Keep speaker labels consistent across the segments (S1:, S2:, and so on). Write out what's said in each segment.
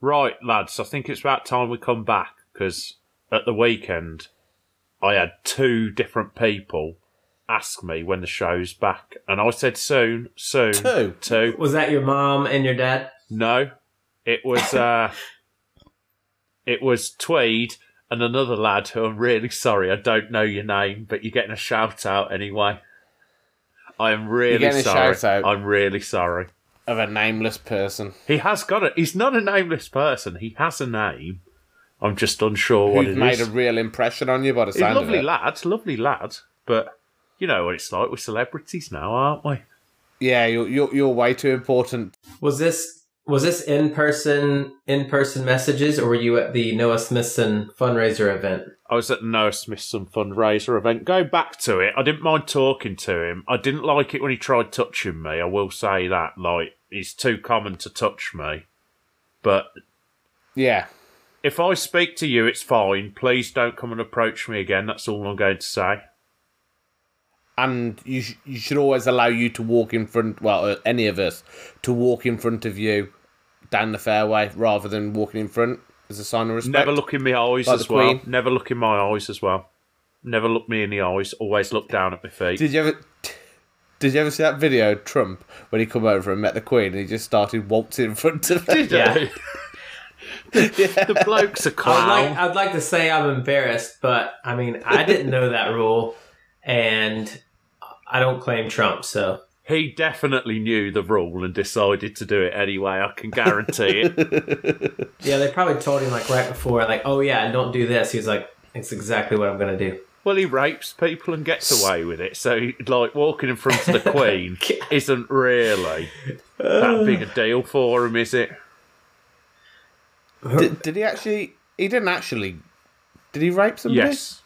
S1: Right, lads, I think it's about time we come back because at the weekend I had two different people ask me when the show's back, and I said soon, soon,
S2: Two?
S1: two.
S3: Was that your mom and your dad?
S1: No, it was uh, it was Tweed and another lad who I'm really sorry I don't know your name, but you're getting a shout out anyway. I am really
S2: getting a
S1: sorry.
S2: shout-out.
S1: I'm really sorry.
S2: of a nameless person.
S1: He has got it. He's not a nameless person. He has a name. I'm just unsure what
S2: who's
S1: it
S2: made
S1: is.
S2: a real impression on you by the
S1: He's a
S2: sound of
S1: lovely
S2: it.
S1: lad, lovely lad. But you know what it's like. We're celebrities now, aren't we?
S2: Yeah, you're, you're, you're way too important.
S3: Was this was this in person in person messages or were you at the Noah Smithson fundraiser event?
S1: I was at the Noah Smithson fundraiser event. Going back to it, I didn't mind talking to him. I didn't like it when he tried touching me. I will say that. Like, it's too common to touch me. But
S2: Yeah.
S1: if I speak to you, it's fine. Please don't come and approach me again. That's all I'm going to say.
S2: And you, sh- you should always allow you to walk in front, well, uh, any of us, to walk in front of you down the fairway rather than walking in front as a sign of respect.
S1: Never look in my eyes
S2: Like
S1: as
S2: the
S1: well.
S2: Queen.
S1: Never look in my eyes as well. Never look me in the eyes. Always look down at my feet.
S2: Did you ever? Did you ever see that video of Trump when he come over and met the Queen and he just started waltzing in front of her?
S3: Yeah.
S1: the, the bloke's a
S3: I'd
S1: clown.
S3: like, I'd like to say I'm embarrassed, but I mean, I didn't know that rule, and I don't claim Trump, so
S1: He definitely knew the rule and decided to do it anyway. I can guarantee it.
S3: yeah, they probably told him like right before, like, oh yeah, and don't do this. He was like, it's exactly what I'm gonna do.
S1: well, he rapes people and gets away with it. So, like, walking in front of the Queen isn't really that big a deal for him, is it?
S2: Did, did he actually? He didn't actually. Did he rape somebody?
S1: Yes.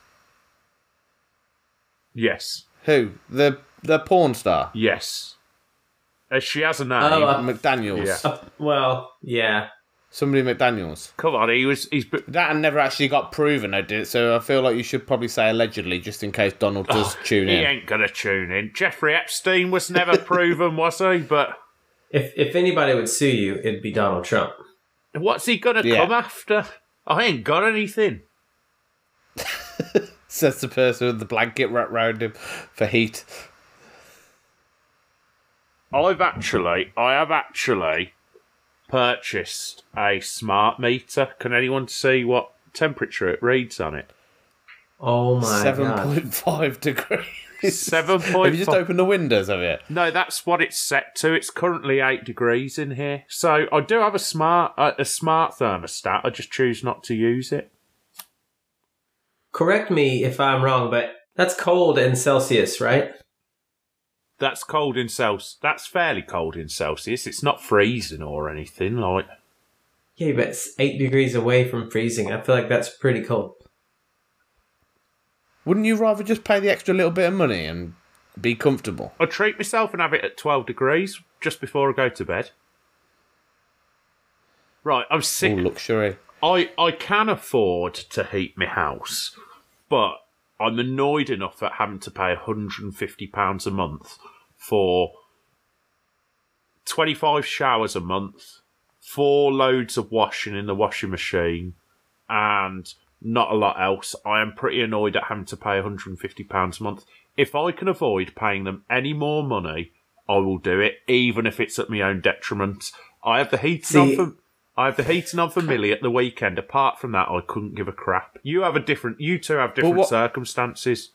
S1: Yes.
S2: Who? The the porn star
S1: Yes. Uh, she has a name.
S3: Oh, uh,
S2: McDaniel's.
S1: Yeah.
S3: Uh, well, yeah,
S2: Somebody McDaniel's.
S1: Come on, he was. He's. b-
S2: That never actually got proven. I did. So I feel like you should probably say allegedly, just in case Donald
S1: Oh,
S2: does tune
S1: He
S2: in.
S1: ain't gonna tune in. Jeffrey Epstein was never proven, was he? But
S3: if if anybody would sue you, it'd be Donald Trump.
S1: what's he gonna
S2: Yeah.
S1: come after? I ain't got anything.
S2: Says the person with the blanket wrapped round him for heat.
S1: I've actually, I have actually purchased a smart meter. Can anyone see what temperature it reads on it?
S3: Oh my
S2: Seven
S3: god!
S2: point five degrees.
S1: Seven
S2: Have
S1: point
S2: you just
S1: five.
S2: opened the windows of it?
S1: No, that's what it's set to. It's currently eight degrees in here, so I do have a smart uh, a smart thermostat. I just choose not to use it.
S3: Correct me if I'm wrong, but that's cold in Celsius, right?
S1: That's cold in Celsius. That's fairly cold in Celsius. It's not freezing or anything like.
S3: Yeah, but it's eight degrees away from freezing. I feel like that's pretty cold.
S2: Wouldn't you rather just pay the extra little bit of money and be comfortable?
S1: I treat myself and have it at 12 degrees just before I go to bed. Right, I'm
S2: All
S1: sick.
S2: luxury.
S1: I, I can afford to heat my house, but I'm annoyed enough at having to pay £150 a month for 25 showers a month, four loads of washing in the washing machine, and not a lot else. I am pretty annoyed at having to pay £150 a month. If I can avoid paying them any more money, I will do it, even if it's at my own detriment. I have the heating on
S3: See-
S1: for I have the heating on for Millie at the weekend. Apart from that, I couldn't give a crap. You have a different you two have different
S2: what-
S1: circumstances.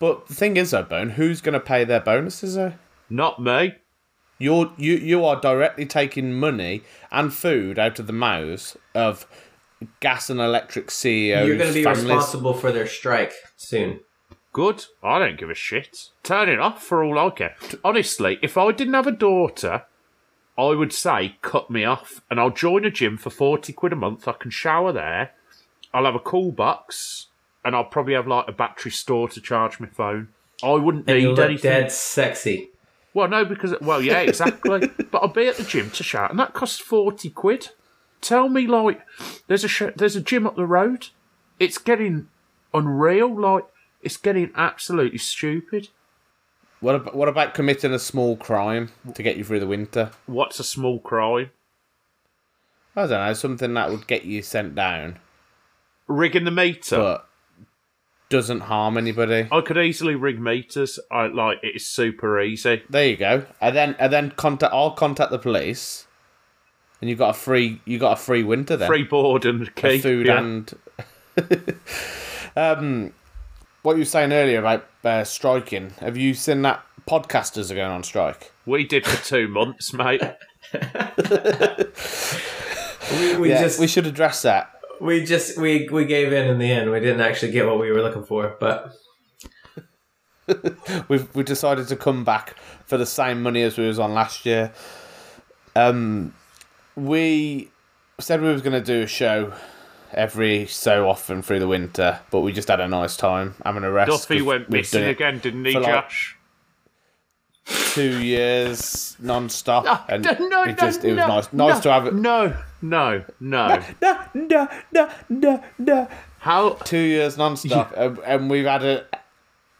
S2: But the thing is, though, Bone, who's going to pay their bonuses? Though
S1: Not me.
S2: you're you you are directly taking money and food out of the mouths of gas and electric CEOs.
S3: You're going to be
S2: Oh, families.
S3: responsible for their strike soon.
S1: Good. I don't give a shit. Turn it off for all I care. Honestly, if I didn't have a daughter, I would say cut me off and I'll join a gym for 40 quid a month. I can shower there. I'll have a cool box and I'll probably have like a battery store to charge my phone. I wouldn't
S3: And
S1: need
S3: you look
S1: anything.
S3: dead sexy.
S1: Well, no, because well, yeah, exactly. but I'll be at the gym to shout, and that costs forty quid. Tell me, like, there's a sh- there's a gym up the road. It's getting unreal. Like, it's getting absolutely stupid.
S2: What about, what about committing a small crime to get you through the winter?
S1: What's a small crime?
S2: I don't know, something that would get you sent down,
S1: Rigging the meter.
S2: but doesn't harm anybody.
S1: I could easily rig meters. I like it is super easy.
S2: There you go. And then and then contact I'll contact the police. And you got a free you got a free winter then.
S1: Free board and
S2: Of
S1: key.
S2: food
S1: yeah.
S2: and um what you were saying earlier about uh, striking. Have you seen that podcasters are going on strike?
S1: we did for two months, mate.
S3: We, we
S2: yeah,
S3: just
S2: we should address that.
S3: we just we we gave in in the end. We didn't actually get what we were looking for, but
S2: We've we decided to come back for the same money as we was on last year. Um, we said we was going to do a show every so often through the winter, but we just had a nice time having a rest.
S1: Duffy
S2: 'cause
S1: went
S2: we've
S1: missing
S2: done it
S1: again, didn't he,
S2: for, like,
S1: Josh?
S2: Two years non-stop, and
S1: no, no,
S2: it just it was
S1: no,
S2: nice, nice
S1: no,
S2: to have it.
S1: No, no, no.
S2: No, no, no, no, no.
S1: How
S2: two years non-stop and, and we've had a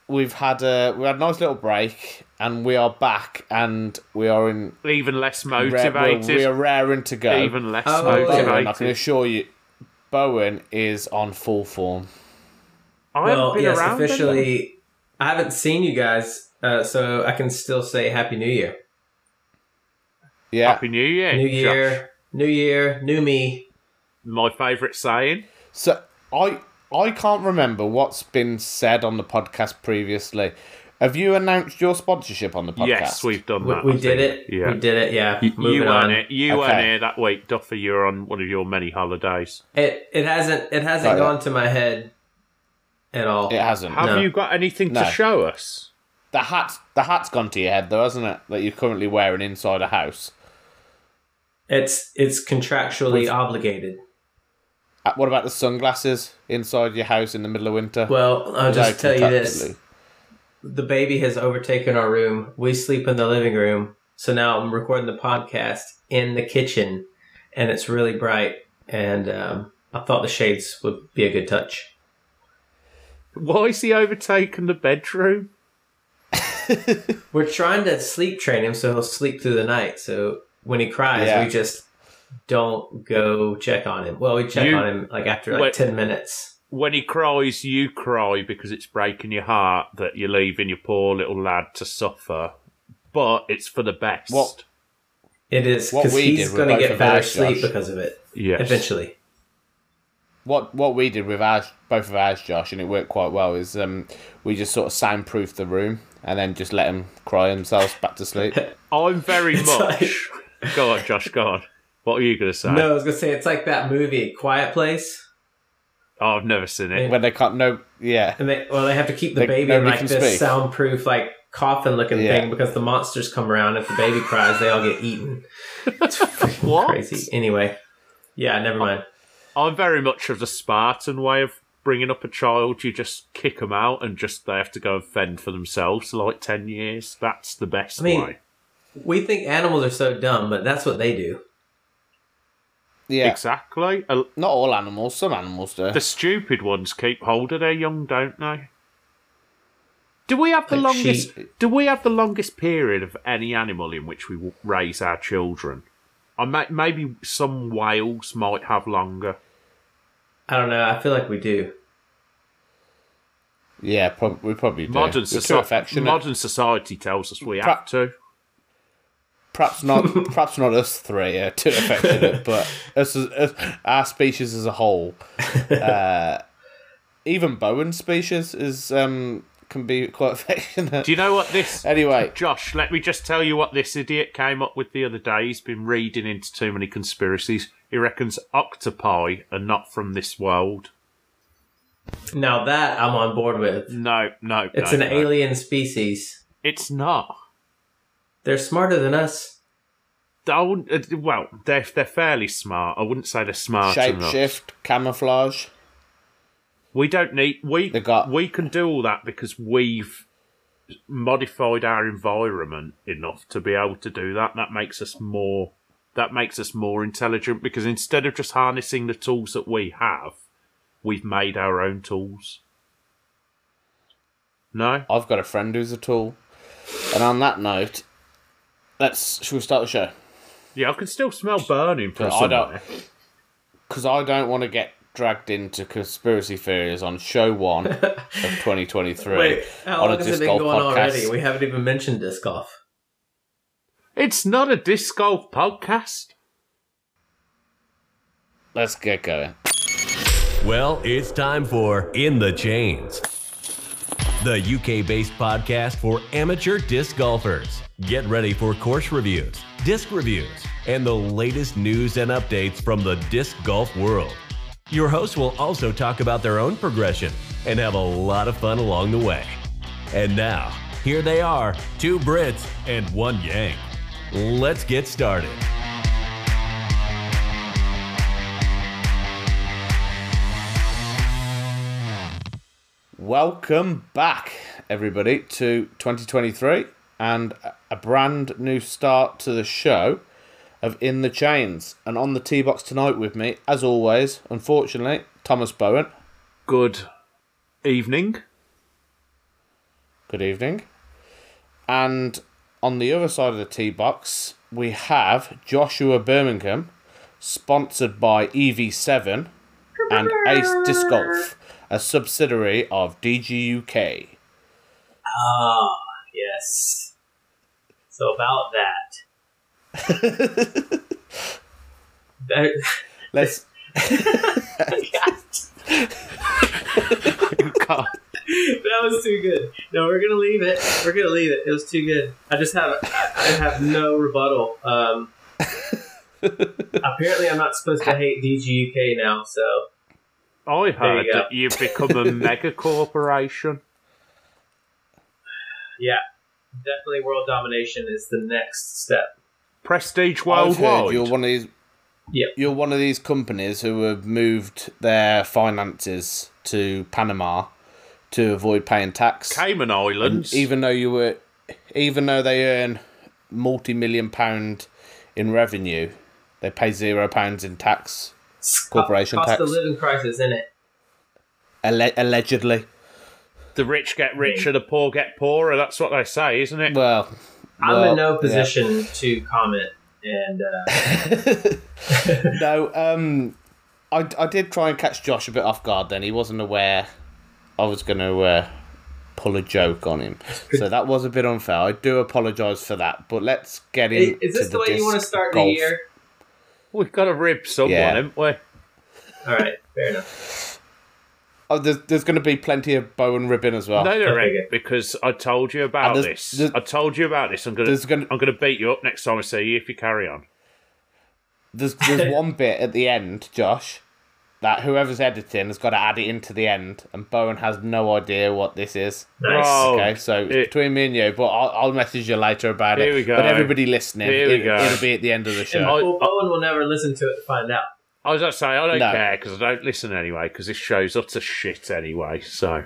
S2: we've had a we had a nice little break and we are back and we are in
S1: even less
S2: rare, we're-
S1: motivated.
S2: we are raring to go
S1: even less
S3: Oh,
S2: Bowen, I can
S1: motivated.
S2: assure you Bowen is on full form
S1: I haven't
S3: well,
S1: been
S3: yes,
S1: around anymore.
S3: officially, I haven't seen you guys, uh, so I can still say Happy New Year.
S2: yeah
S1: Happy New Year.
S3: New
S1: Josh.
S3: Year, New Year, New Me.
S1: My favourite saying.
S2: so I I can't remember what's been said on the podcast previously have you announced your sponsorship on the podcast
S1: Yes, we've done
S3: We,
S1: that.
S3: we
S1: I
S3: did
S1: think.
S3: it.
S1: Yeah.
S3: We did it. Yeah. Moving
S1: you
S3: on.
S1: weren't here. You
S2: Okay.
S1: weren't here that week, Duffy. You were on one of your many holidays.
S3: It it hasn't it hasn't
S2: Right.
S3: gone to my head at all.
S2: it hasn't
S1: Have
S3: No.
S1: you got anything
S2: No.
S1: to show us?
S2: the hat the hat's gone to your head though hasn't it that you're currently wearing inside a house
S3: It's it's contractually obligated.
S2: Uh, What about the sunglasses inside your house in the middle of winter?
S3: Well, I'll just
S2: No,
S3: tell you this:
S2: contractually.
S3: the baby has overtaken our room. We sleep in the living room, so now I'm recording the podcast in the kitchen, and it's really bright. And um, I thought the shades would be a good touch.
S1: Why is he overtaken the bedroom?
S3: We're trying to sleep train him so he'll sleep through the night. So when he cries,
S2: Yeah.
S3: we just don't go check on him. Well, we check
S1: You-
S3: on him like after like
S1: Wait.
S3: ten minutes.
S1: When he cries, you cry because it's breaking your heart that you're leaving your poor little lad to suffer. But it's for the best.
S2: What-
S3: It is
S2: What
S3: because
S2: we
S3: he's
S2: did with
S3: going to
S2: both
S3: get
S2: of
S3: better
S2: ours, Josh.
S3: sleep because of it
S1: Yes.
S3: eventually.
S2: What what we did with ours, both of ours, Josh, and it worked quite well. Is um, we just sort of soundproofed the room and then just let them cry themselves back to sleep.
S1: I'm very
S3: It's
S1: much. Go on, Josh. Go on. What are you going to say?
S3: No, I was gonna say it's like that movie, Quiet Place,
S1: Oh, I've never seen it.
S2: when they can't, no, yeah,
S3: and they well they have to keep the
S2: Like,
S3: baby in
S2: nobody
S3: like
S2: can
S3: this
S2: speak.
S3: soundproof like coffin looking
S2: Yeah.
S3: thing because the monsters come around. If the baby cries, they all get eaten. It's freaking
S1: What?
S3: crazy. Anyway, yeah, never mind.
S1: I'm very much of the Spartan way of bringing up a child. You just kick them out and just they have to go and fend for themselves for like 10 years. That's the best
S3: I mean-
S1: way.
S3: We think animals are so dumb, but that's what they do.
S2: yeah.
S1: Exactly. A-
S2: Not all animals. Some animals do.
S1: The stupid ones keep hold of their young, don't they? Do we have the
S3: Like
S1: longest? Do we have the longest period of any animal in which we w- raise our children? I may, maybe some whales might have longer.
S3: I don't know. I feel like we do.
S2: yeah, prob- we probably do.
S1: Modern
S2: We're too
S1: society.
S2: affectionate.
S1: Modern society tells us we
S2: Pra-
S1: have to.
S2: perhaps not. perhaps not us three uh, are too affectionate, but us, as- us our species as a whole, uh, even Bowen's species is um, can be quite affectionate.
S1: Do you know what this?
S2: anyway,
S1: Josh, let me just tell you what this idiot came up with the other day. He's been reading into too many conspiracies. He reckons octopi are not from this world.
S3: Now that I'm on board with.
S1: No, no,
S3: It's
S1: no,
S3: an
S1: no.
S3: alien species.
S1: It's not.
S3: They're smarter than us.
S1: I wouldn't, uh, well, they're they're fairly smart. I wouldn't say they're smart enough.
S2: shapeshift, camouflage.
S1: We don't need we
S2: They got-
S1: we can do all that because we've modified our environment enough to be able to do that. That makes us more that makes us more intelligent because instead of just harnessing the tools that we have, we've made our own tools. No?
S2: I've got a friend who's a tool. And on that note, let's shall we start the show?
S1: Yeah, I can still smell burning from
S2: But I don't-
S1: somewhere.
S2: because I don't want to get dragged into conspiracy theories on show one of 2023.
S3: Wait, how
S2: on a
S3: long has it
S2: disc
S3: been
S2: golf
S3: going already?
S2: podcast.
S3: We haven't even mentioned disc golf.
S1: It's not a disc golf podcast.
S2: Let's get going.
S4: Well, it's time for In the Chains, the UK based podcast for amateur disc golfers. Get ready for course reviews, disc reviews, and the latest news and updates from the disc golf world. Your hosts will also talk about their own progression and have a lot of fun along the way. And now, here they are two Brits and one Yang. Let's get started.
S2: Welcome back, everybody, to 2023 and a- a brand new start to the show of In the Chains. And on the T box tonight with me, as always, unfortunately, Thomas Bowen.
S1: Good evening.
S2: Good evening. And on the other side of the tee box, we have Joshua Birmingham, sponsored by EV7 and Ace Disc Golf, a subsidiary of DGUK.
S3: Ah, yes. So about that. That-
S2: Let's
S1: God.
S3: that was too good. No, we're gonna leave it. We're gonna leave it. It was too good. I just have I I have no rebuttal. Um, apparently, I'm not supposed to hate DGUK now. So
S1: I heard
S3: go.
S1: that you've become a mega corporation.
S3: yeah, definitely world domination is the next step.
S1: Prestige
S2: I've heard you're
S1: worldwide.
S2: one of these.
S3: Yep.
S2: You're one of these companies who have moved their finances to Panama to avoid paying tax.
S1: Cayman Islands.
S2: even though you were even though they earn multi-million pound in revenue they pay zero pounds in tax Corporation
S3: cost
S2: tax.
S3: of living crisis in it.
S2: alle- allegedly
S1: the rich get richer, the poor get poorer. That's what they say, isn't it?
S2: well
S3: I'm
S2: well,
S3: in no
S2: yeah.
S3: position to comment. And uh,
S2: no um I, I did try and catch josh a bit off guard then he wasn't aware i was going to uh, pull a joke on him so that was a bit unfair i do apologize for that but let's get
S3: is,
S2: in
S3: is this
S2: to
S3: the way you want to
S2: disc
S3: start
S2: golf.
S3: the year?
S1: We've got to rib someone,
S2: Yeah.
S1: haven't we?
S3: All right, fair enough.
S2: oh, there's, there's going to be plenty of bow and ribbon as well
S1: No, there
S3: Okay,
S1: ain't, because I told you about
S2: Oh. And
S1: this.
S2: there's- there's-
S1: I told you about this. I'm gonna,
S2: there's gonna-
S1: I'm gonna beat you up next time I see you if you carry on.
S2: There's there's one bit at the end, Josh, that whoever's editing has got to add it into the end, and Bowen has no idea what this is.
S3: Nice.
S1: Oh,
S2: okay, so it's
S1: it-
S2: between me and you, but I'll, I'll message you later about
S1: Here
S2: it.
S1: we go.
S2: But everybody listening,
S1: Here we
S2: it,
S1: go. Oh.
S2: it'll be at the end of the show.
S1: I-
S3: well, Bowen will never listen to it to find out.
S1: I was gonna say I don't
S2: No.
S1: care because I don't listen anyway because this show's utter shit anyway. So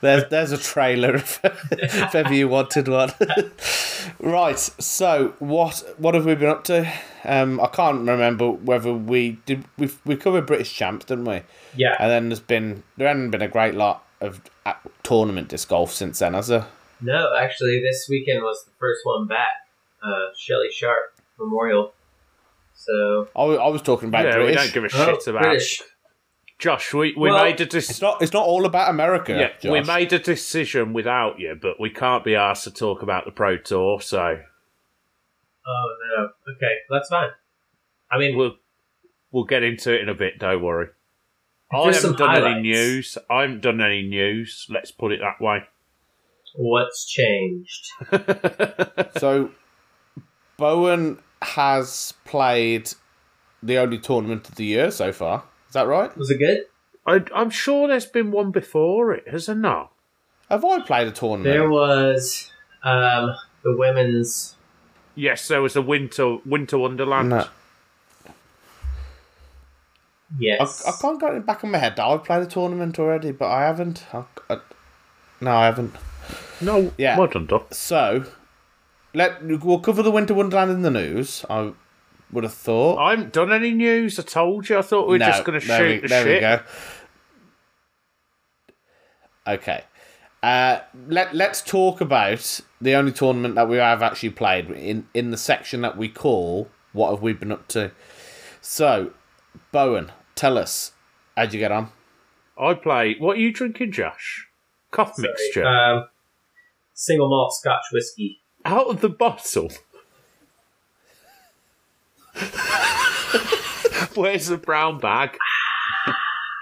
S2: There's there's a trailer if, if ever you wanted one. right, so what what have we been up to? Um, I can't remember whether we did we we covered British champs, didn't we?
S3: Yeah.
S2: And then there's been there hasn't been a great lot of a- tournament disc golf since then, has there?
S3: No, actually, this weekend was the first one back. Uh, Shelly Sharp Memorial. So
S2: I, wa- I was talking about
S1: yeah, we
S2: British.
S1: don't give a
S3: Oh,
S1: shit about
S3: British.
S1: Josh. We we
S3: Well-
S1: made a
S2: it's
S1: dis-
S2: not. It's not all about America.
S1: yeah,
S2: Josh.
S1: we made a decision without you, but we can't be asked to talk about the pro tour. So
S3: Oh no. Okay, that's fine. I mean,
S1: we'll we'll get into it in a bit. Don't worry. I
S3: Here's
S1: haven't
S3: some
S1: done any
S3: highlights.
S1: news. I haven't done any news. Let's put it that way.
S3: what's changed?
S2: so Bowen has played the only tournament of the year so far. Is that right?
S3: Was it good?
S1: I, I'm sure there's been one before it, has there not?
S2: Have I played a tournament?
S3: There was um, the women's.
S1: Yes, there was a winter winter wonderland.
S2: No. I,
S3: Yes.
S2: I can't get it back in my head. that I've played a tournament already, but I haven't. I, I, no, I haven't.
S1: No,
S2: Yeah.
S1: well done, Doc.
S2: So, let we'll cover the Winter Wonderland in the news. I would have thought.
S1: I haven't done any news. I told you. I thought we were
S2: No,
S1: just going to
S2: there
S1: shoot the
S2: we, there
S1: shit.
S2: we go. Okay. Uh, let Let's talk about the only tournament that we have actually played in in the section that we call "What have we been up to." So, Bowen, tell us how'd you get on?
S1: I play. What are you drinking, Josh? Cough mixture.
S3: Um, single malt Scotch whiskey.
S1: Out of the bottle. Where's the brown bag?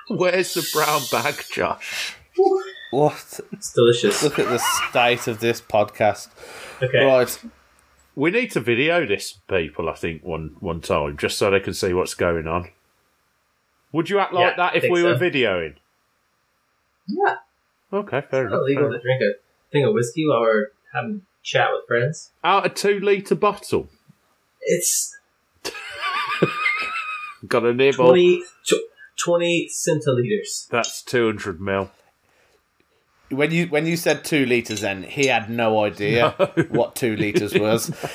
S1: Where's the brown bag, Josh?
S2: What?
S3: It's delicious.
S2: Look at the state of this podcast.
S3: Okay.
S2: Right.
S1: We need to video this, people. I think one one time, just so they can see what's going on. Would you act like
S3: Yeah,
S1: that if
S3: think
S1: we were
S3: so.
S1: videoing?
S3: Yeah,
S1: Okay, fair enough.
S3: it's not
S1: fair
S3: illegal
S1: enough.
S3: to drink a thing of whiskey while we're having a chat with friends.
S1: Out a two litre bottle.
S3: It's
S1: Got a nibble.
S3: 20, tw- 20 centiliters.
S1: That's two hundred mil.
S2: When you when you said two liters, then he had no idea what two liters was.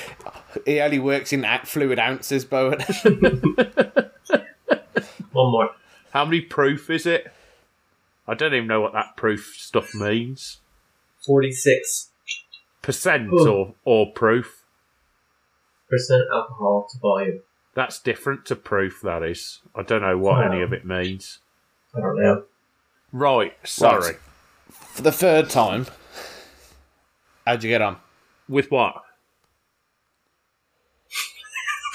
S2: He only works in at fluid ounces, Bowen.
S3: One more.
S1: How many proof is it? I don't even know what that proof stuff means.
S3: 46%
S1: Percent
S3: Oh.
S1: or or proof.
S3: alcohol to volume.
S1: That's different to proof. That is. I don't know what any of it means.
S3: I don't know.
S1: Right. Sorry.
S2: Right. For the third time, how'd you get on?
S1: With what?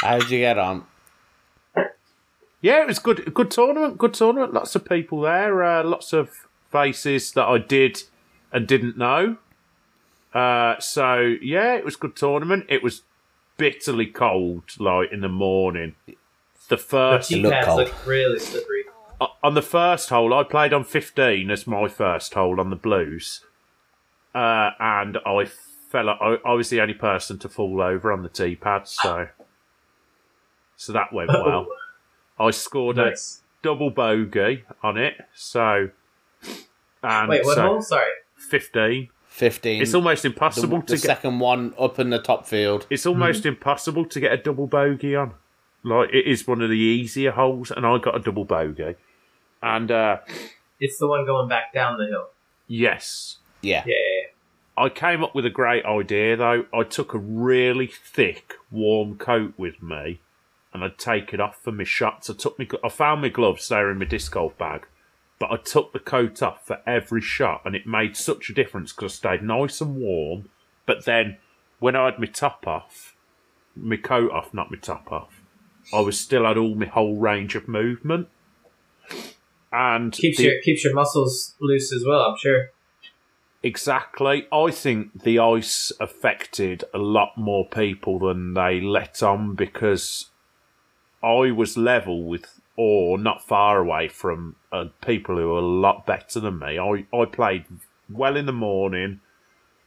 S2: How'd you get on?
S1: Yeah, it was good. Good tournament. Good tournament. Lots of people there. Uh, lots of faces that I did and didn't know. Uh, so yeah, it was good tournament. It was bitterly cold, like in the morning. The first
S3: Tea
S2: look
S3: pads
S2: cold.
S3: look really slippery.
S1: Uh, on the first hole, I played on 15 as my first hole on the blues. Uh, and I fell, I, I was the only person to fall over on the tee pad, so. So that went well. I scored
S3: Oh. Nice.
S1: a double bogey on it, so. And
S3: Wait, what
S1: so
S3: hole? Sorry.
S1: 15.
S2: Fifteen.
S1: It's almost
S2: the,
S1: impossible
S2: the
S1: to get.
S2: second one up in the top field.
S1: It's almost
S3: Hmm.
S1: impossible to get a double bogey on. Like, it is one of the easier holes, and I got a double bogey. And, uh,
S3: It's the one going back down the hill.
S1: yes,
S2: Yeah.
S3: Yeah, yeah,
S1: I came up with a great idea though. I took a really thick warm coat with me, and I'd take it off for my shots. I took my, gl- I found my gloves they were in my disc golf bag, but I took the coat off for every shot, and it made such a difference because I stayed nice and warm. But then, when I had my top off, my coat off, not my top off, I was still had all my whole range of movement, and
S3: yeah. Keeps
S1: the-
S3: your keeps your muscles loose as well. I'm sure.
S1: Exactly. I think the ice affected a lot more people than they let on because I was level with or not far away from uh, people who are a lot better than me. I, I played well in the morning.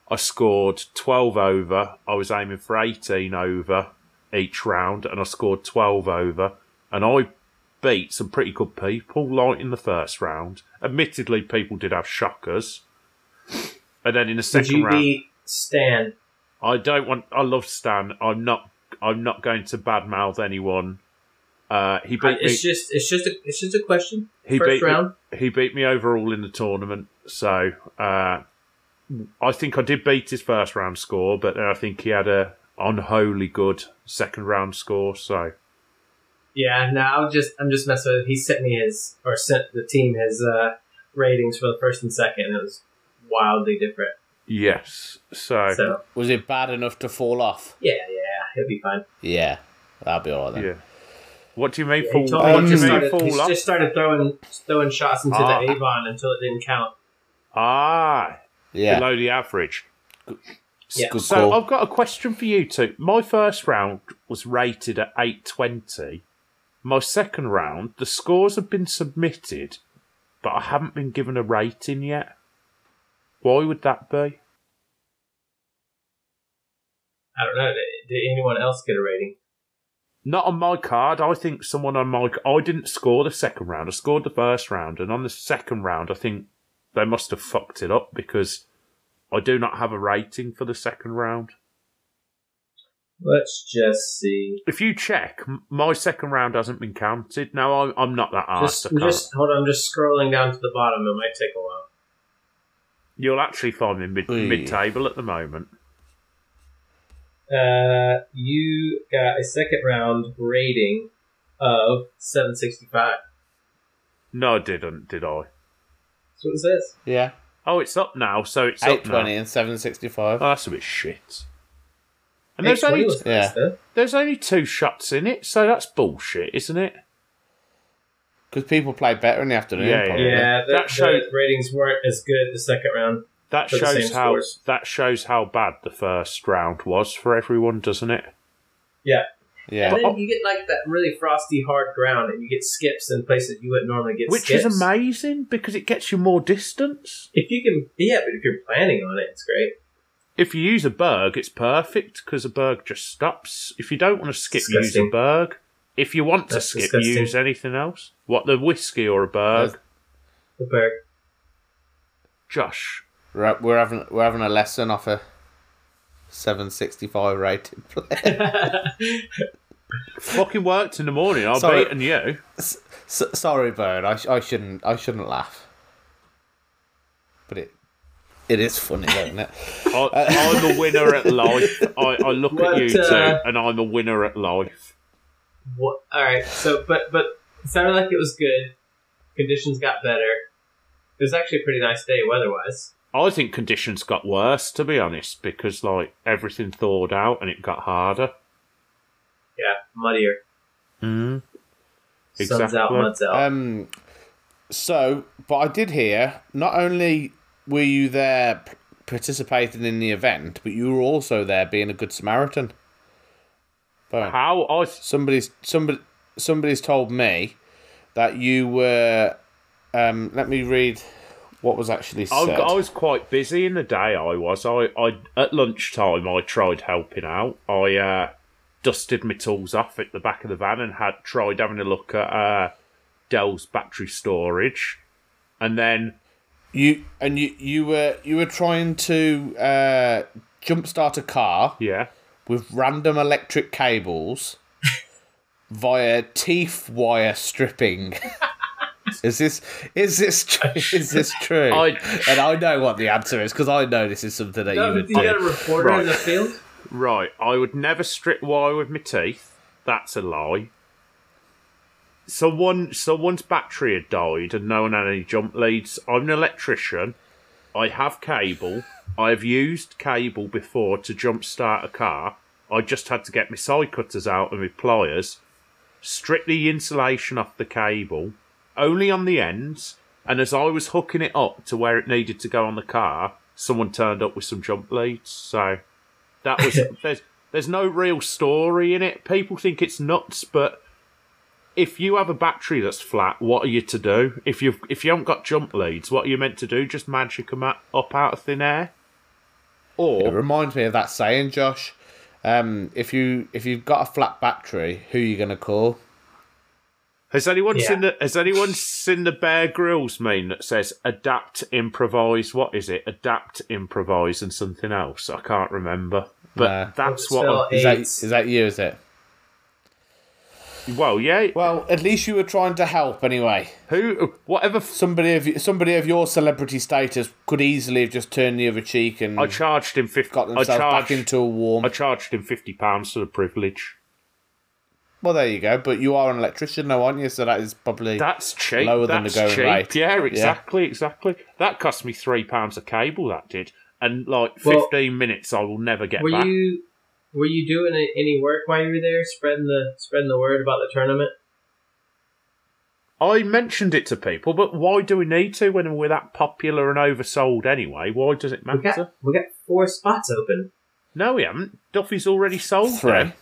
S1: I scored 12 over. I was aiming for 18 over each round and I scored 12 over. And I beat some pretty good people, like in the first round. Admittedly, people did have shockers. And then in the
S3: Did
S1: second
S3: you
S1: round,
S3: beat Stan?
S1: I don't want. I love Stan. I'm not. I'm not going to badmouth anyone. Uh, he
S3: I-
S1: beat me.
S3: It's just it's just a it's just a question.
S1: He
S3: First
S1: beat me-
S3: round.
S1: he beat me overall in the tournament. So uh, I think I did beat his first round score, but then I think he had a unholy good second round score. So
S3: Yeah, no, I'm just I'm just messing with. Him. He sent me his or sent the team his uh, ratings for the first and second. and It was wildly different.
S1: yes. So,
S3: So
S2: Was it bad enough to fall off?
S3: yeah, yeah, he'll be fine.
S2: Yeah. That'll be all right then.
S1: yeah. What do you mean?
S3: Yeah,
S1: fall,
S3: he told
S1: what
S3: me
S1: do
S3: he
S1: you
S3: just
S1: mean
S3: started,
S1: fall
S3: he
S1: off?
S3: just started throwing throwing shots into
S1: Ah.
S3: the Avon until it didn't count.
S1: Ah,
S2: Yeah.
S1: below the average.
S3: Yeah.
S2: Good
S1: So oh,
S2: call.
S1: I've got a question for you two. My first round was rated at 820. My second round, the scores have been submitted, but I haven't been given a rating yet. Why would that be?
S3: I don't know. Did, did anyone else get a rating?
S1: Not on my card. I think someone on my I didn't score the second round. I scored the first round, and on the second round, I think they must have fucked it up because I do not have a rating for the second round.
S3: Let's just see.
S1: If you check, m- my second round hasn't been counted. Now I'm, I'm not that arsed.
S3: Just,
S1: I can't-
S3: just hold on. I'm just scrolling down to the bottom. It might take a while.
S1: You'll actually find me mid
S2: Oy.
S1: mid table at the moment.
S3: Uh, you got a second round rating of 765.
S1: No, I didn't, did I?
S3: That's what it says.
S2: Yeah.
S1: Oh, it's up now, so it's up
S2: Eight
S1: now.
S2: twenty and seven sixty five.
S1: Oh, that's a bit shit. And there's
S3: 820
S1: only
S3: was nice,
S2: yeah.
S3: though.
S1: there's only two shots in it, so that's bullshit, isn't it?
S2: Because people play better in the afternoon.
S1: Yeah,
S2: probably.
S3: Yeah, the,
S1: That shows-
S3: the ratings weren't as good the second round.
S1: That
S3: For the
S1: shows
S3: same
S1: how
S3: scores.
S1: that shows how bad the first round was for everyone, doesn't it?
S3: Yeah.
S2: Yeah.
S3: And
S1: Oh.
S3: then you get like that really frosty, hard ground, and you get skips in places you wouldn't normally get
S1: Which
S3: skips.
S1: is amazing because it gets you more distance.
S3: If you can, yeah, but if you're planning on it, it's great.
S1: If you use a berg, it's perfect because a berg just stops. If you don't want to skip, use
S3: Disgusting.
S1: a berg. If you want to
S3: That's
S1: skip,
S3: disgusting.
S1: use anything else. What the whiskey or a berg?
S2: That's-
S3: The bird.
S1: Josh,
S2: Right, we're having we're having a lesson off a seven sixty five rated player.
S1: fucking worked in the morning. I'll
S2: Sorry.
S1: beaten you.
S2: S- s- sorry, Bird. I, sh- I shouldn't I shouldn't laugh. But it it is funny, isn't it?
S1: I, I'm a winner at life. I, I look
S3: What,
S1: at you two,
S3: uh,
S1: and I'm a winner at life.
S3: What? All right. So, but but it sounded like it was good. Conditions got better. It was actually a pretty nice day weather-wise.
S1: I think conditions got worse, to be honest, because like everything thawed out and it got harder.
S3: Yeah, muddier.
S1: Mm.
S3: Sun's out,
S1: Exactly.
S3: mud's out.
S2: Um, so, but I did hear not only were you there p- participating in the event, but you were also there being a good Samaritan. But
S1: How I
S2: somebody's somebody somebody's told me that you were. Um, let me read what was actually
S1: I,
S2: said.
S1: I was quite busy in the day. I was. I, I at lunchtime I tried helping out. I uh, dusted my tools off at the back of the van and had tried having a look at uh, Dell's battery storage, and then
S2: you and you you were you were trying to uh, jumpstart a car
S1: yeah,
S2: with random electric cables via teeth wire stripping. is this is this tr- is this true?
S1: I-
S2: and I know what the answer is because I know this is something that you
S3: No,
S2: would
S3: you got a
S2: do.
S3: reporter
S1: Right.
S3: in the field.
S1: Right, I would never strip wire with my teeth. That's a lie. Someone, someone's battery had died, and no one had any jump leads. I'm an electrician. I have cable. I've used cable before to jump start a car. I just had to get my side cutters out and my pliers, strip the insulation off the cable, only on the ends. And as I was hooking it up to where it needed to go on the car, someone turned up with some jump leads. So that was there's there's no real story in it. People think it's nuts, but if you have a battery that's flat, what are you to do? If you've if you haven't got jump leads, what are you meant to do? Just magic 'em up up out of thin air?
S2: It
S1: Or
S2: reminds me of that saying, Josh. Um, if you if you've got a flat battery, who are you gonna call?
S1: has anyone
S3: Yeah.
S1: seen the has anyone seen the Bear Grylls meme that says adapt, improvise? What is it? Adapt, improvise, and something else. I can't remember, but
S2: No.
S1: that's
S3: Well,
S1: what. I-
S2: Is that
S3: Aids.
S2: is that you? Is it?
S1: well, yeah.
S2: Well, at least you were trying to help anyway.
S1: Who? Whatever. F-
S2: Somebody of somebody of your celebrity status could easily have just turned the other cheek and
S1: I charged him fifty.
S2: Hmm. got
S1: I
S2: themselves back
S1: charged
S2: into a warm.
S1: I charged him fifty pounds for the privilege.
S2: Well, there you go. But you are an electrician, though, aren't you? So that is probably
S1: That's cheap.
S2: Lower than the
S1: That's
S2: going
S1: cheap.
S2: rate.
S1: Yeah,
S2: Yeah.
S1: exactly, exactly. That cost me three pounds a cable. That did, and like
S3: Well-
S1: fifteen minutes, I will never get
S3: Were
S1: back.
S3: you were you doing a- any work while you were there, spreading the spreading the word about the tournament?
S1: I mentioned it to people, but why do we need to when we're that popular and oversold anyway? Why does it
S3: We
S1: matter?
S3: got we got four spots open.
S1: No, we haven't. Duffy's already sold
S2: Three.
S1: them.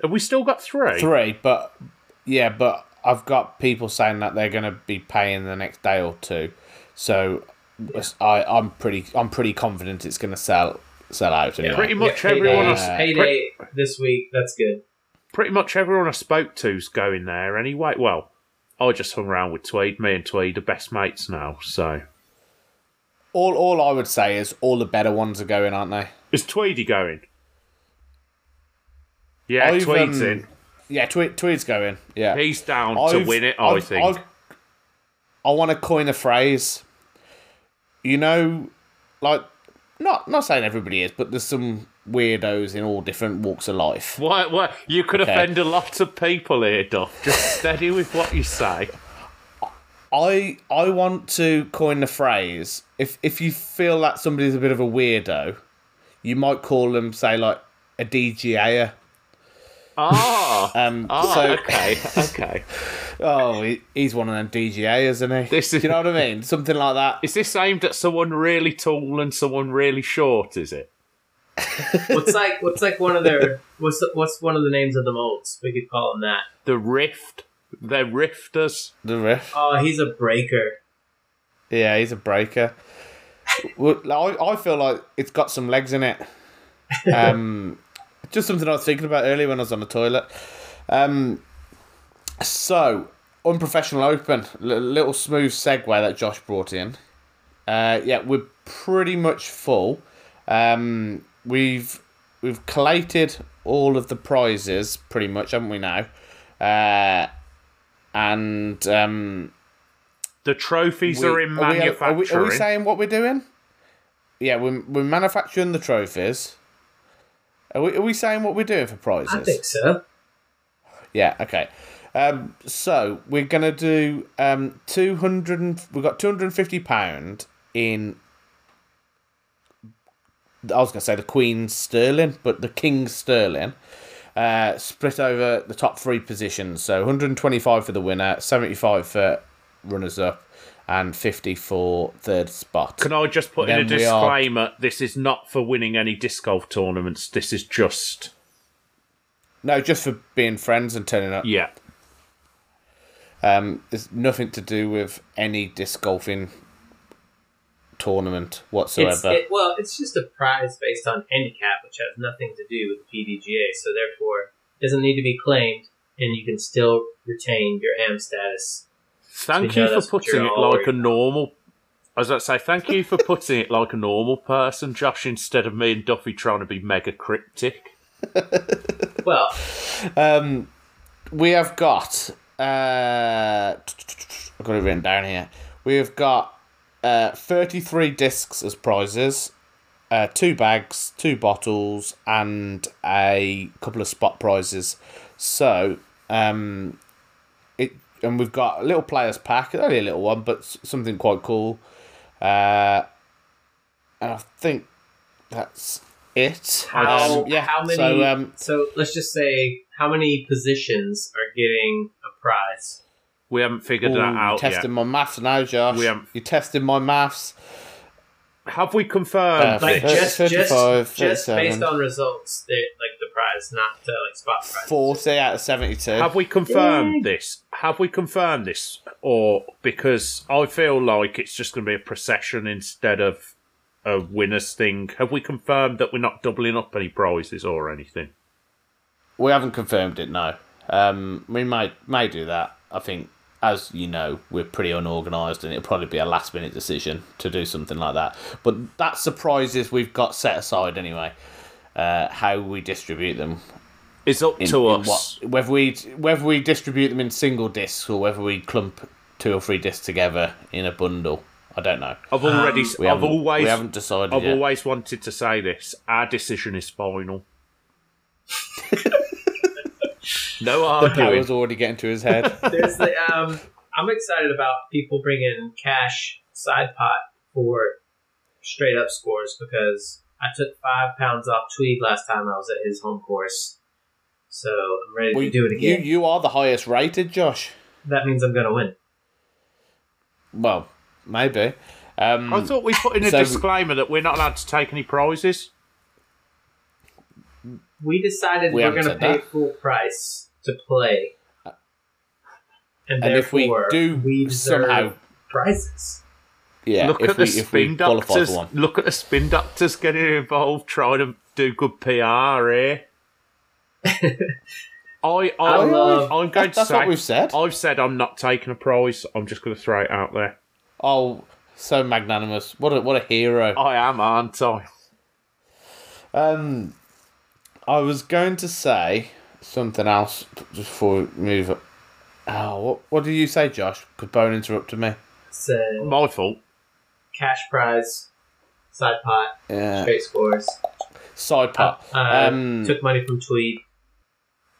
S1: Have we still got three?
S2: three. But yeah, but I've got people saying that they're going to be paying the next day or two. So I, I'm pretty, I'm pretty confident it's going to sell, sell out. Anyway.
S1: Pretty much
S3: Yeah, uh,
S1: everyone. I,
S2: payday. Yeah.
S1: s- pre-
S3: Payday this week. That's good.
S1: pretty much everyone I spoke to's going there anyway. Well, I just hung around with Tweed. Me and Tweed are best mates now. So
S2: all, all I would say is all the better ones are going, aren't they?
S1: Is Tweedy going? Yeah,
S2: I've,
S1: Tweed's
S2: um,
S1: in.
S2: Yeah, Tweed, Tweed's going. Yeah,
S1: He's down
S2: I've-
S1: to win it, I
S2: I've-
S1: think.
S2: I've- I want to coin a phrase. You know, like not not saying everybody is, but there's some weirdos in all different walks of life.
S1: Why, why, you could
S2: Okay.
S1: offend a lot of people here, Duff. Just steady with what you say.
S2: I I want to coin the phrase if if you feel that somebody's a bit of a weirdo, you might call them say like a DGAer.
S1: Ah,
S2: Um,
S1: ah
S2: so
S1: okay, okay.
S2: oh, he, he's one of them DGAers, isn't he?
S1: This is-
S2: you know what I mean, something like that.
S1: Is this aimed at someone really tall and someone really short, is it?
S3: What's like what's like one of their what's the, what's one of the names of the molds? We could call him that.
S1: The rift. They're rifters.
S2: The riff.
S3: Oh, he's a breaker.
S2: Yeah, he's a breaker. well, like, I, I feel like it's got some legs in it. Um, just something I was thinking about earlier when I was on the toilet. Um, so, unprofessional open, L- little smooth segue that Josh brought in. Uh, yeah, we're pretty much full. Um, we've we've collated all of the prizes, pretty much, haven't we now? Uh, and um,
S1: The trophies are in
S2: we- are we-
S1: manufacturing.
S2: Are we, are we saying what we're doing? Yeah, we're, we're manufacturing the trophies. Are we, are we saying what we're doing for prizes?
S3: I think so.
S2: Yeah, okay. Um, so we're gonna do um two hundred and we've got two hundred and fifty pound in. I was gonna say the Queen's sterling, but the King's sterling. Uh, split over the top three positions. So 125 for the winner, 75 for runners up, and 50 for third spot.
S1: Can I just put in a
S2: Then we are-
S1: disclaimer? This is not for winning any disc golf tournaments. This is just
S2: No, just for being friends and turning up.
S1: yeah.
S2: Um, it's nothing to do with any disc golfing tournament
S3: It's,
S2: whatsoever.
S3: it, well, it's just a prize based on handicap, which has nothing to do with the PDGA, so therefore doesn't need to be claimed, and you can still retain your AM status.
S1: Thank
S3: Yeah,
S1: you for
S3: that's what
S1: putting
S3: you're
S1: it
S3: all
S1: like a
S3: worried
S1: normal. As I was about to say, thank you for putting it like a normal person, Josh, instead of me and Duffy trying to be mega cryptic.
S3: Well,
S2: Um, we have got. Uh, I've got it written down here. We have got uh, 33 discs as prizes, uh, two bags, two bottles, and a couple of spot prizes. So, um, it and we've got a little players pack, only a little one, but s- something quite cool. Uh, and I think that's it.
S3: how
S2: Um, yeah,
S3: how many?
S2: So, um,
S3: so let's just say how many positions are getting a prize.
S1: We haven't figured
S2: Ooh,
S1: that
S2: you're
S1: out yet.
S2: testing my maths now, Josh.
S1: We haven't-
S2: You're testing my maths.
S1: Have we confirmed?
S2: Uh,
S3: like
S2: Thirty-
S3: just just
S2: 35,
S3: just
S2: 37.
S3: based on results, they like the prize, not uh, like spot prize.
S2: 40 out of 72.
S1: Have we confirmed this? Have we confirmed this? Or because I feel like it's just going to be a procession instead of a winners thing. Have we confirmed that we're not doubling up any prizes or anything?
S2: we haven't confirmed it, no. Um, we may, may do that. I think, as you know, we're pretty unorganised and it'll probably be a last minute decision to do something like that. But that surprises we've got set aside anyway. Uh, how we distribute them,
S1: It's up
S2: in-
S1: to
S2: in
S1: us.
S2: what- whether we whether we distribute them in single discs or whether we clump two or three discs together in a bundle, I don't know.
S1: I've already.
S2: We
S1: I've
S2: haven't-
S1: always.
S2: we haven't decided
S1: I've
S2: yet.
S1: always wanted to say this. Our decision is final. no
S2: That
S1: arguing.
S2: was already getting to his head.
S3: There's the um, I'm excited about people bringing cash side pot for straight up scores because I took five pounds off Tweed last time I was at his home course, so I'm ready
S2: Well,
S3: to do it again.
S2: You, you are the highest rated, Josh.
S3: that means I'm gonna win.
S2: Well, maybe. Um,
S1: I thought we put in a
S2: So-
S1: disclaimer that we're not allowed to take any prizes.
S3: We decided
S2: We
S3: we are
S2: haven't said
S3: gonna pay
S2: that.
S3: full price to play, and,
S2: and if we
S3: therefore
S2: do
S3: we deserve
S2: somehow,
S3: prizes.
S2: yeah,
S1: look
S2: if
S1: at
S2: we,
S1: the
S2: if we
S1: spin
S2: qualify
S1: doctors.
S2: for one,
S1: Look at the spin doctors getting involved, trying to do good PR. Eh? I, I,
S3: I love-
S1: I'm going to
S2: that's
S1: say.
S2: what we've said.
S1: I've said I'm not taking a prize. I'm just going to throw it out there.
S2: Oh, so magnanimous! What a what a hero!
S1: I am, aren't I?
S2: Um, I was going to say something else just before we move. o- Oh, what what did you say, Josh? Because Bone interrupted me.
S3: Said
S1: My fault.
S3: cash prize side pot,
S2: Yeah.
S3: straight scores.
S2: Side pot.
S3: Uh,
S2: um,
S3: took money from Tweet.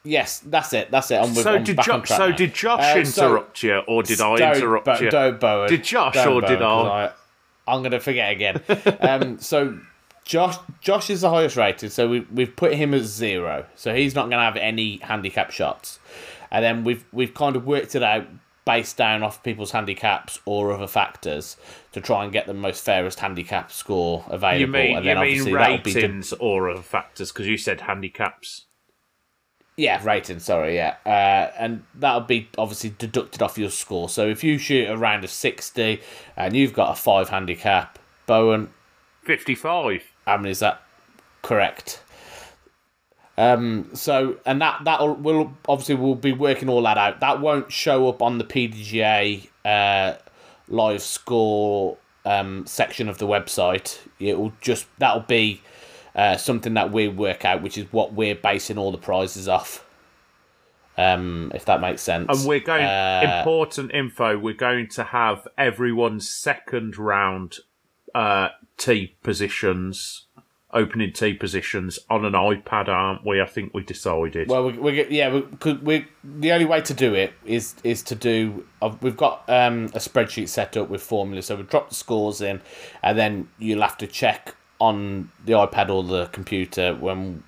S2: yes, that's it. That's it. I'm with,
S1: So
S2: I'm
S1: did,
S2: back
S1: jo-
S2: on track
S1: so
S2: now.
S1: did Josh
S2: Uh, so-
S1: interrupt you, or did I
S2: Don't
S1: interrupt
S2: bo-
S1: you?
S2: Don't Bowen.
S1: Did Josh
S2: Don't
S1: or did
S2: Bowen,
S1: I?
S2: 'cause I? I'm gonna forget again. um, so Josh, Josh is the highest rated. So we we've put him as zero. So he's not gonna have any handicap shots. And then we've we've kind of worked it out based down off people's handicaps or other factors to try and get the most fairest handicap score available.
S1: You mean
S2: and
S1: you
S2: then
S1: mean
S2: obviously that'll be de-
S1: ratings or other factors? Because you said handicaps.
S2: Yeah, rating, sorry, yeah. Uh, and that'll be obviously deducted off your score. So if you shoot a round of 60 and you've got a 5 handicap, Bowen,
S1: Fifty-five.
S2: how many is that correct? Um, so and that that will will obviously we'll be working all that out. That won't show up on the PDGA uh, live score um, section of the website. It will just that'll be uh, something that we work out, which is what we're basing all the prizes off. Um, if that makes sense.
S1: And we're going
S2: Uh,
S1: important info. We're going to have everyone's second round uh, tee positions, opening tee positions on an iPad, aren't we? I think we decided.
S2: Well, we, we get- yeah, we, could we the only way to do it is is to do. uh, We've got um, a spreadsheet set up with formulas, so we drop the scores in, and then you'll have to check on the iPad or the computer when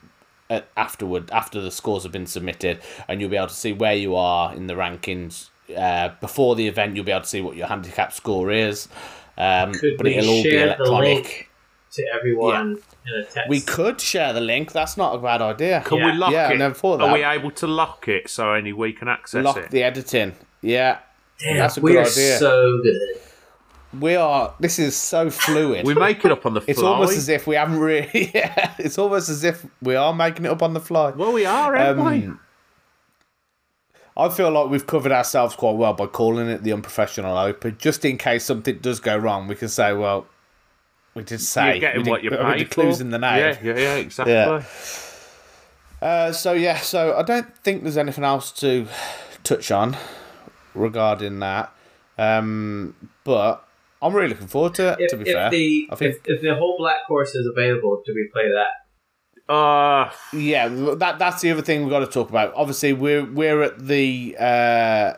S2: uh, afterward after the scores have been submitted, and you'll be able to see where you are in the rankings. Uh, before the event, you'll be able to see what your handicap score is, um,
S3: Could
S2: but
S3: we
S2: it'll all be
S3: share the
S2: electronic.
S3: link to everyone in a text?
S2: We could share the link. That's not a bad idea.
S1: can we
S3: yeah.
S1: lock
S2: Yeah, I
S1: it?
S2: never thought of
S1: Are
S2: that.
S1: we able to lock it so only we can access
S2: Lock
S1: it?
S2: the editing. Yeah.
S3: Damn,
S2: That's a
S3: we
S2: good
S3: are
S2: idea.
S3: so good.
S2: We are. This is so fluid.
S1: we make it up on the fly.
S2: it's almost as if we haven't really. Yeah, it's almost as if we are making it up on the fly.
S1: well, we are, aren't we?
S2: Um, I feel like we've covered ourselves quite well by calling it the unprofessional open. Just in case something does go wrong, we can say, "Well, we did say
S1: You're getting
S2: we
S1: what
S2: did,
S1: you're
S2: we
S1: paid
S2: did
S1: for.
S2: clues in the name."
S1: Yeah, yeah, yeah, exactly.
S2: Yeah. Uh, so yeah, so I don't think there's anything else to touch on regarding that. Um, but I'm really looking forward to it.
S3: If,
S2: to be
S3: if
S2: fair,
S3: the
S2: I think
S3: if, if the whole black course is available, do we play that?
S1: Uh,
S2: yeah, look, that that's the other thing we've got to talk about. Obviously, we're we're at the uh,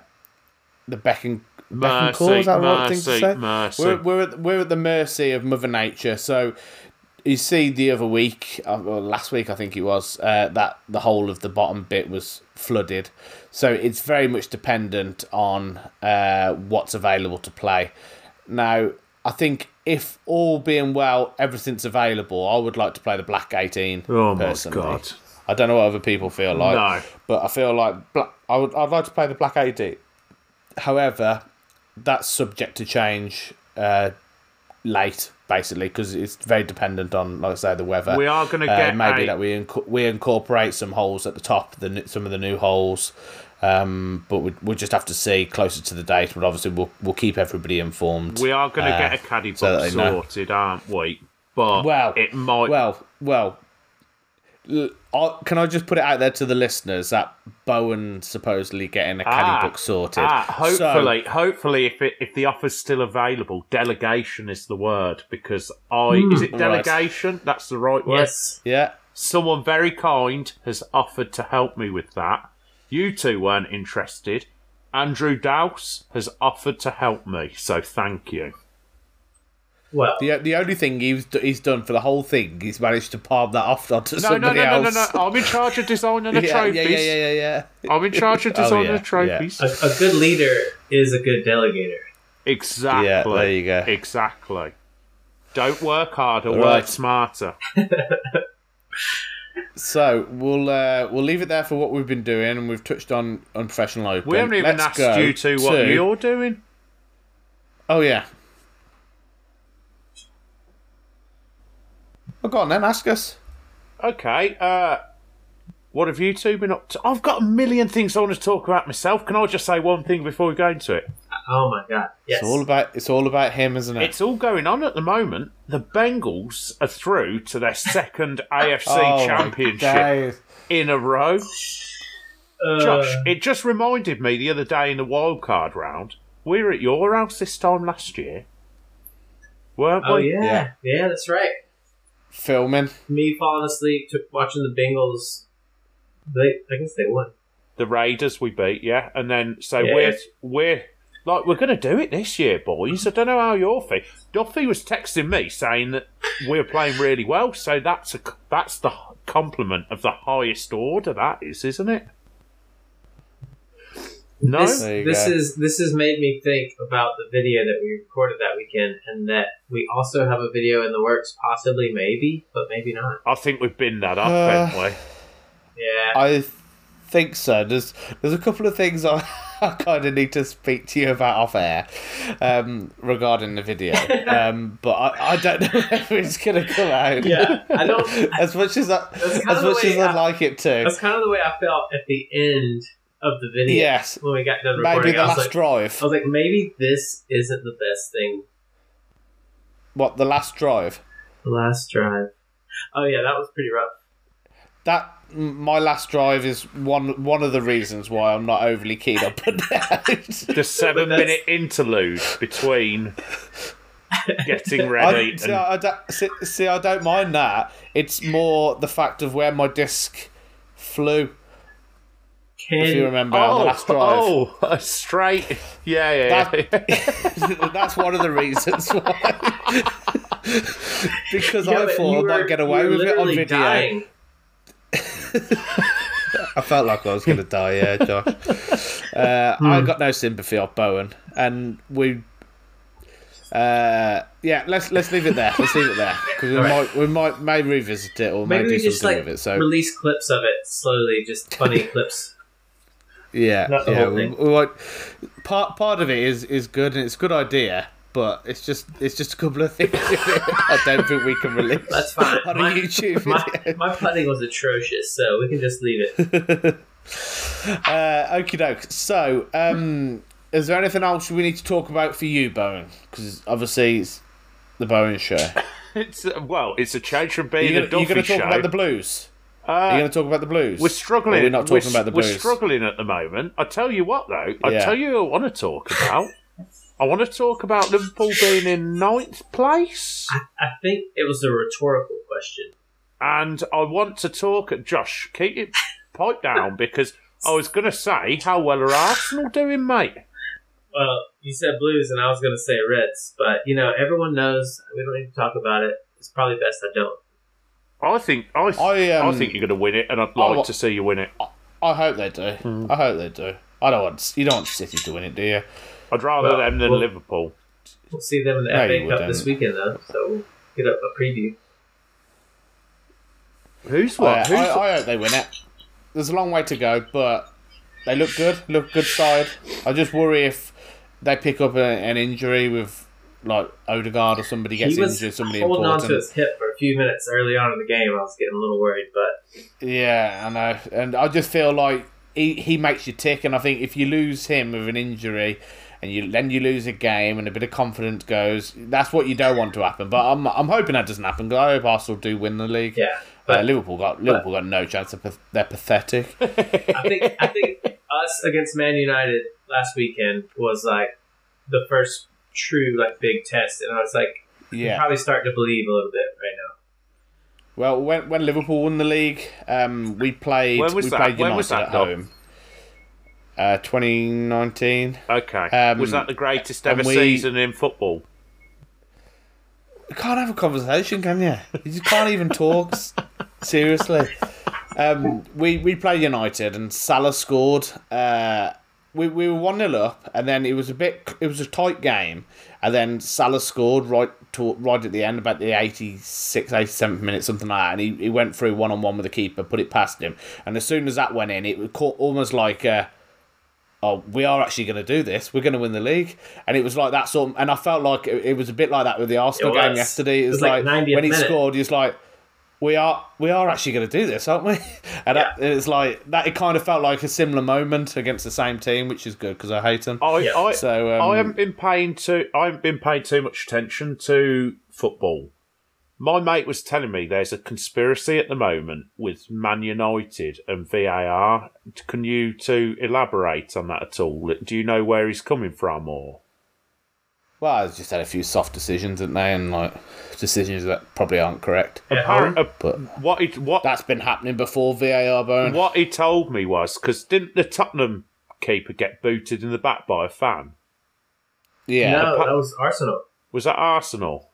S2: the beck and beck and call,
S1: Mercy,
S2: is that the right thing to
S1: mercy,
S2: say?
S1: mercy.
S2: We're we're at, we're at the mercy of Mother Nature. So you see, the other week, uh, well, last week I think it was, uh, that the whole of the bottom bit was flooded. So it's very much dependent on uh, what's available to play. Now, I think if all being well, everything's available, I would like to play the Black 18.
S1: oh my
S2: personally.
S1: god.
S2: I don't know what other people feel like.
S1: No.
S2: But I feel like black, I would. I'd like to play the black AD. However, that's subject to change uh, late, basically, because it's very dependent on, like I say, the weather.
S1: We are gonna
S2: Uh,
S1: get
S2: maybe
S1: a-
S2: that we inc- we incorporate some holes at the top, the n- some of the new holes. Um, but we we'll just have to see closer to the date. But obviously, we'll we'll keep everybody informed.
S1: We are going to
S2: uh,
S1: get a caddy box
S2: so that they know.
S1: sorted, aren't we? But
S2: Well,
S1: it might.
S2: Well, well. l- I- Can I just put it out there to the listeners that Bowen supposedly getting a caddy
S1: Ah,
S2: book sorted?
S1: ah,
S2: So-
S1: hopefully, hopefully, if it, if the offer's still available, delegation is the word because I
S2: Hmm.
S1: is it
S2: Right.
S1: delegation? That's the right word.
S2: yeah.
S1: Someone very kind has offered to help me with that. You two weren't interested. Andrew Douse has offered to help me, so thank you.
S3: Well,
S2: The, the only thing he's d- he's done for the whole thing, he's managed to palm that off onto
S1: No, no,
S2: somebody
S1: no, no, no,
S2: else.
S1: no, I'm in charge of designing the
S2: yeah,
S1: trophies.
S2: yeah, yeah, yeah, yeah, yeah.
S1: I'm in charge of designing
S2: Oh, yeah,
S1: the trophies.
S3: a, a good leader is a good delegator.
S1: Exactly.
S2: Yeah, there you go.
S1: Exactly. Don't work harder,
S2: All
S1: work
S2: right.
S1: smarter.
S2: So we'll uh, we'll leave it there for what we've been doing, and we've touched on unprofessional open.
S1: We haven't even
S2: Let's
S1: asked
S2: go
S1: you two what
S2: to-
S1: you're doing.
S2: Oh yeah. Well, Oh, go on then. Ask us.
S1: Okay, uh what have you two been up to? I've got a million things I want to talk about myself. Can I just say one thing before we go into it?
S3: Oh my god! Yes,
S2: It's all about it's all about him, isn't it?
S1: It's all going on at the moment. The Bengals are through to their second AFC
S2: Oh,
S1: championship
S2: days.
S1: in a row.
S3: Uh,
S1: Josh, it just reminded me the other day in the wildcard round, we were at your house this time last year. weren't
S3: Oh
S1: we?
S3: yeah, yeah,
S2: Yeah.
S3: that's right.
S2: Filming.
S3: Me falling asleep to watching the Bengals. They, I guess they won.
S1: The Raiders we beat, yeah, and then so
S3: Yeah.
S1: we're we're like we're gonna do it this year, boys. I don't know how you're feeling. Duffy was texting me saying that we're playing really well, so that's a that's the compliment of the highest order. That is, isn't it? No,
S3: This,
S2: There you
S3: this
S2: go.
S3: is this has made me think about the video that we recorded that weekend, and that we also have a video in the works, possibly, maybe, but maybe not.
S1: I think we've been that up,
S2: Uh,
S1: haven't
S3: Yeah,
S2: I think so. There's there's a couple of things I, I kind of need to speak to you about off air um, regarding the video, um, but I, I don't know whether it's gonna come out.
S3: yeah. I don't.
S2: As much as I,
S3: That's kind
S2: as
S3: of the
S2: much as
S3: way
S2: I'd
S3: I-
S2: like it to,
S3: That's kind of the way I felt at the end of the video.
S2: Yes.
S3: When we got done recording,
S2: maybe the
S3: I was
S2: last
S3: like,
S2: drive.
S3: I was like, maybe this isn't the best thing.
S2: What the last drive?
S3: The last drive. Oh yeah, that was pretty rough.
S2: That m- my last drive is one one of the reasons why I'm not overly keen on putting it out.
S1: the seven
S3: that's-
S1: minute interlude between getting
S2: I,
S1: ready
S2: see,
S1: and
S2: I don't, see, see, I don't mind that. It's more the fact of where my disc flew. If you
S3: Can
S2: remember on the last drive,
S1: Oh, a straight. Yeah, yeah, yeah.
S2: that's one of the reasons why. because
S3: Yeah,
S2: I
S3: but
S2: thought I
S3: you
S2: might
S3: were-
S2: get
S3: you
S2: away
S3: were
S2: with it on
S3: literally
S2: video.
S3: dying.
S2: I felt like I was going to die, yeah, Josh. Uh, I
S3: Hmm.
S2: got no sympathy off Bowen, and we. Uh, yeah, let's let's leave it there. Let's leave it there because we might we might may revisit it or
S3: Maybe
S2: may
S3: we
S2: do something
S3: just like
S2: with it. So
S3: release clips of it slowly, just funny clips.
S2: yeah,
S3: not the
S2: yeah.
S3: whole
S2: We,
S3: thing.
S2: we might, part part of it is is good and it's a good idea, but it's just it's just a couple of things. I don't think we can release.
S3: That's fine.
S2: on
S3: My-
S2: a YouTube
S3: My,
S2: video.
S3: my planning was atrocious, so we can just leave it.
S2: Uh, okie doke. So, um, is there anything else we need to talk about for you, Bowen? Because obviously it's the Bowen show.
S1: It's uh, well, it's a change from being
S2: You're
S1: a
S2: going
S1: Duffy
S2: to talk
S1: show. Uh,
S2: about the blues. You're going to talk about the blues.
S1: we're
S2: Or
S1: struggling.
S2: We're not
S1: we're
S2: talking about the
S1: s- we're
S2: blues.
S1: struggling at the moment. I tell you what, though. I
S2: Yeah.
S1: tell you, who I want to talk about. I want to talk about Liverpool being in ninth place,
S3: I think it was a rhetorical question.
S1: and I want to talk. Josh, keep it pipe down because I was going to say how well are Arsenal doing, mate.
S3: Well, you said blues, and I was going to say reds, but you know, everyone knows we don't need to talk about it. It's probably best I don't.
S1: I think I, th-
S2: I, um,
S1: I think you're going to win it, and I'd
S2: I
S1: like
S2: wa-
S1: to see you win it.
S2: I hope they do. I hope they do. I don't want you don't want City to win it, do you?
S1: I'd rather
S3: Well,
S1: them than
S3: well-
S1: Liverpool.
S3: We'll see them in the
S2: No,
S3: FA
S2: you
S3: Cup this weekend, though, so we'll get up a preview.
S1: Who's
S2: I,
S1: what? Who's
S2: I, I hope they win it. There's a long way to go, but they look good. Look good side. I just worry if they pick up a, an injury with like Odegaard or somebody gets
S3: he was
S2: injured, somebody
S3: holding
S2: important.
S3: on to his hip for a few minutes early on in the game. I was getting a little worried, but
S2: Yeah, I know, and I just feel like he, he makes you tick, and I think if you lose him with an injury, and you then you lose a game, and a bit of confidence goes, that's what you don't want to happen. But I'm I'm hoping that doesn't happen. 'cause I hope Arsenal do win the league.
S3: yeah.
S2: but,
S3: But
S2: Liverpool got Liverpool got no chance. They're pa- They're pathetic.
S3: I think I think us against Man United last weekend was like the first true like big test, and I was like,
S2: yeah.
S3: probably starting to believe a little bit right now.
S2: Well, when when Liverpool won the league, um, we played
S1: When was
S2: we
S1: that?
S2: played United
S1: When was
S2: at
S1: that, Doc?
S2: home. Uh, 2019.
S1: Okay.
S2: Um,
S1: was that the greatest
S2: and
S1: ever
S2: we-
S1: season in football?
S2: You can't have a conversation, can you? You just can't even talk. s- Seriously. Um, we, we played United and Salah scored. Uh, we, we were 1 0 up, and then it was a bit, it was a tight game. And then Salah scored right to, right at the end, about the 86th, 87th minute, something like that. And he, he went through one on one with the keeper, put it past him. And as soon as that went in, it was caught almost like. Uh, oh, we are actually going to do this. We're going to win the league. And it was like that sort of, and I felt like it, it was a bit like that with the Arsenal
S3: It was.
S2: game yesterday. It was,
S3: was like
S2: like,
S3: 90th
S2: when he
S3: minute.
S2: scored, he was like, we are we are actually going to do this, aren't we? And
S3: Yeah.
S2: that, it's like that. It kind of felt like a similar moment against the same team, which is good because I hate them.
S1: I,
S3: Yeah.
S1: I,
S2: So, um,
S1: I haven't been paying too. I haven't been paying too much attention to football. My mate was telling me there's a conspiracy at the moment with Man United and VAR. Can you to elaborate on that at all? Do you know where he's coming from, or
S2: Well, I just had a few soft decisions, didn't they? And like decisions that probably aren't correct.
S1: Appar- uh,
S2: But
S1: what it what
S2: that's been happening before VAR, Bone.
S1: what he told me was because didn't the Tottenham keeper get booted in the back by a fan?
S2: Yeah,
S3: no, that was Arsenal.
S1: Was that Arsenal?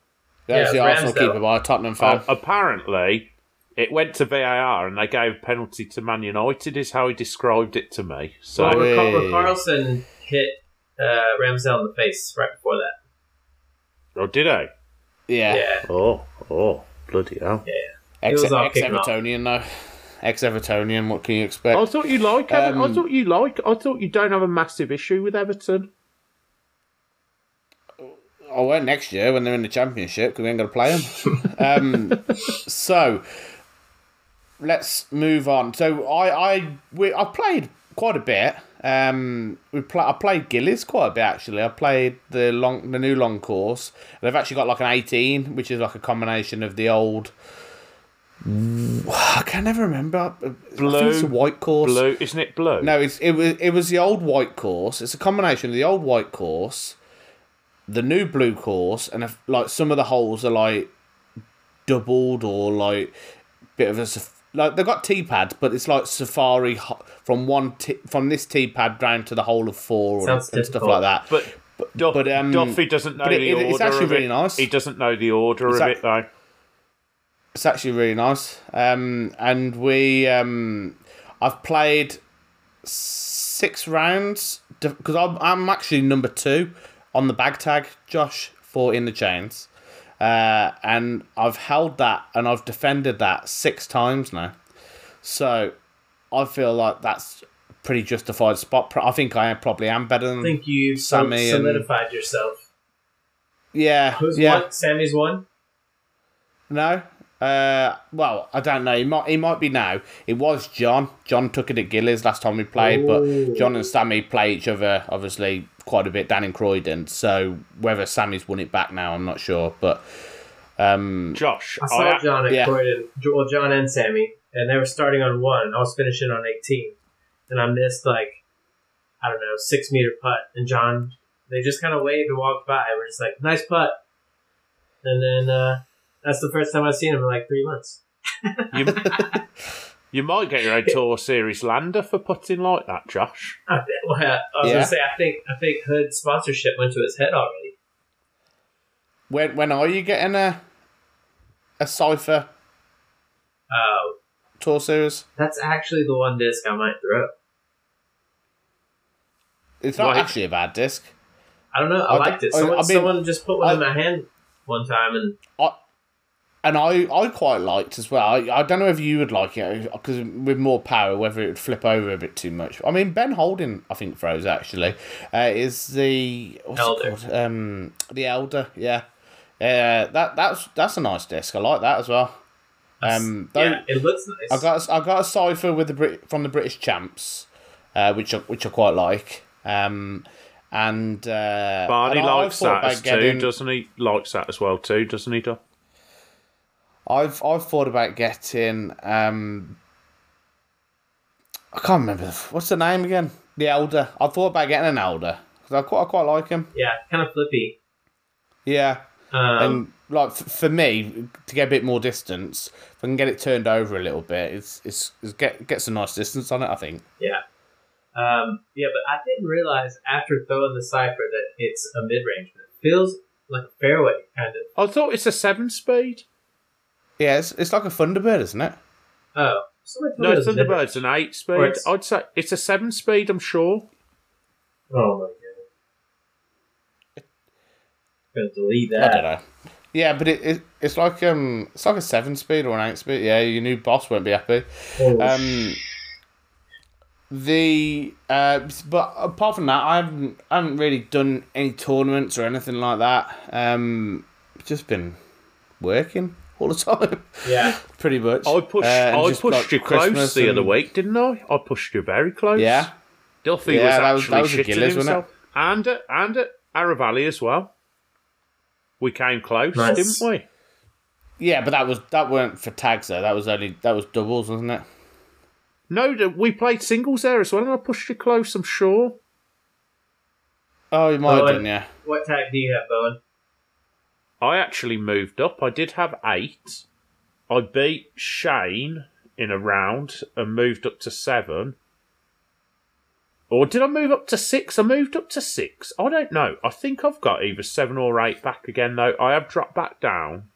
S2: that was
S3: Yeah,
S2: the Arsenal
S3: Ramsdale. Oh,
S2: keeper by a Tottenham fan.
S1: Uh, apparently, it went to VAR and they gave a penalty to Man United, is how he described it to me. So
S2: Oh,
S3: Well,
S2: yeah.
S3: Ricardo
S2: Hey.
S3: Carlson hit uh, Ramsdale in the face right before that.
S1: oh, did I?
S2: yeah,
S3: Yeah,
S1: Oh, oh, bloody hell!
S2: ex
S3: It was all
S2: ex
S3: kicking off.
S2: Evertonian though. Ex Evertonian, what can you expect?
S1: I thought you like. Ever-
S2: Um,
S1: I thought you like. I thought you don't have a massive issue with Everton.
S2: I won't next year when they're in the championship because we ain't going to play them. um, so let's move on. So I I we, I played quite a bit. Um, we play, I played Gillies quite a bit actually. I played the long the new long course. They've actually got like an eighteen, which is like a combination of the old. I can never remember. Blue, I think it's a
S1: Blue-
S2: white course.
S1: Blue, isn't it blue?
S2: No, it's, it was it was the old white course. It's a combination of the old white course, the new blue course, and if, like some of the holes are like doubled or like bit of a saf- like they've got tee pads, but it's like safari ho- from one t- from this tee pad down to the hole of four and,
S3: Sounds
S2: and stuff like
S3: difficult.
S2: that.
S1: but. Duff,
S2: but, um,
S1: Duffy doesn't know
S2: but it-
S1: the
S2: it-
S1: order
S2: it's actually
S1: of
S2: really
S1: it.
S2: nice.
S1: He doesn't know the order
S2: It's
S1: of
S2: ac-
S1: it though.
S2: It's actually really nice. Um, and we, um, I've played six rounds because I'm, I'm actually number two on the bag tag, Josh, for in the chains. Uh, and I've held that and I've defended that six times now. So I feel like that's a pretty justified spot. Pro- I think I probably am better than.
S3: I think you
S2: Sammy and-
S3: solidified yourself.
S2: yeah.
S3: Who's
S2: yeah.
S3: won? Sammy's won.
S2: No. Uh, well, I don't know. He might. He might be now. It was John. John took it at Gillies last time we played,
S3: Ooh.
S2: but John and Sammy play each other obviously quite a bit down in Croydon. So whether Sammy's won it back now, I'm not sure. But um,
S1: Josh,
S3: I saw
S1: Mm. I-
S3: John at
S2: yeah.
S3: Croydon. Well, John and Sammy, and they were starting on one. and I was finishing on eighteen, and I missed like I don't know six meter putt. And John, they just kind of waved and walked by. and We're just like, nice putt. And then uh, that's the first time I've seen him in like three months.
S1: you, you might get your own tour series lander for putting like that, Josh.
S3: I, thi- well, I was
S2: Yeah.
S3: gonna say I think I think Hood sponsorship went to his head already.
S2: when when are you getting a a cipher
S3: Oh,
S2: tour series?
S3: that's actually the one disc I might throw.
S2: It's not
S1: Right.
S2: actually a bad disc.
S3: I don't know. I,
S2: I
S3: liked
S2: d-
S3: it.
S2: I-
S3: Someone,
S2: Oh, I mean-
S3: someone just put one in
S2: I-
S3: my hand one time, and
S2: I and I, I quite liked as well. I, I don't know if you would like it because with more power, whether it would flip over a bit too much. I mean, Ben Holding, I think froze actually, uh, is the what's it
S3: Elder.
S2: called? um the elder, yeah. Uh, that that's that's a nice disc. I like that as well. Um, though,
S3: yeah, it looks nice.
S2: I got a, I got a cipher with the Brit from the British champs, uh, which I, which I quite like. Um, and uh,
S1: Barney
S2: and I- I
S1: likes
S2: thought
S1: that
S2: about
S1: as
S2: getting-
S1: too, doesn't he? Likes that as well too, doesn't he? Duff?
S2: I've I've thought about getting um I can't remember the f- what's the name again. The elder. I thought about getting an elder because I quite I quite like him.
S3: yeah, kind of flippy.
S2: Yeah,
S3: Um,
S2: and like f- for me to get a bit more distance, if I can get it turned over a little bit, it's it's, it's get gets a nice distance on it. I think.
S3: yeah. Um, yeah, but I didn't realize after throwing the cipher that it's a mid range, but it feels like a fairway kind of.
S1: I thought it's a seven speed.
S2: Yeah, it's, it's like a Thunderbird, isn't it?
S3: Oh, somebody told
S1: No,
S3: me it was mid-
S1: Thunderbird's an eight
S3: Or
S1: speed.
S3: it's-
S1: I'd say it's a seven speed. I'm sure.
S3: Oh my god. Gonna delete
S2: I don't
S3: that.
S2: know. Yeah, but it, it it's like um it's like a seven speed or an eight speed. Yeah, your new boss won't be happy.
S3: Holy
S2: Um, the uh, but apart from that, I haven't, I haven't really done any tournaments or anything like that. Um, just been working all the time,
S3: yeah.
S2: pretty much.
S1: I pushed.
S2: Uh, and
S1: I
S2: just,
S1: pushed
S2: like,
S1: you close
S2: Christmas
S1: the other
S2: and-
S1: week, didn't I? I pushed you very close.
S2: Yeah,
S1: Duffy
S2: Yeah, that
S1: was actually
S2: was- that was a
S1: shitting
S2: Gillies, wasn't it?
S1: himself, and at, and at Aravali as well. We came close,
S3: Nice.
S1: didn't we?
S2: yeah, but that was that weren't for tags though. That was only that was doubles, wasn't it?
S1: No, th- we played singles there as well, and I pushed you close. I'm sure.
S2: Oh, you might have
S3: Well,
S2: done, yeah.
S3: What tag do you have, Bowen?
S1: I actually moved up. I did have eight. I beat Shane in a round and moved up to seven. Or did I move up to six? I moved up to six. I don't know. I think I've got either seven or eight back again, though. I have dropped back down,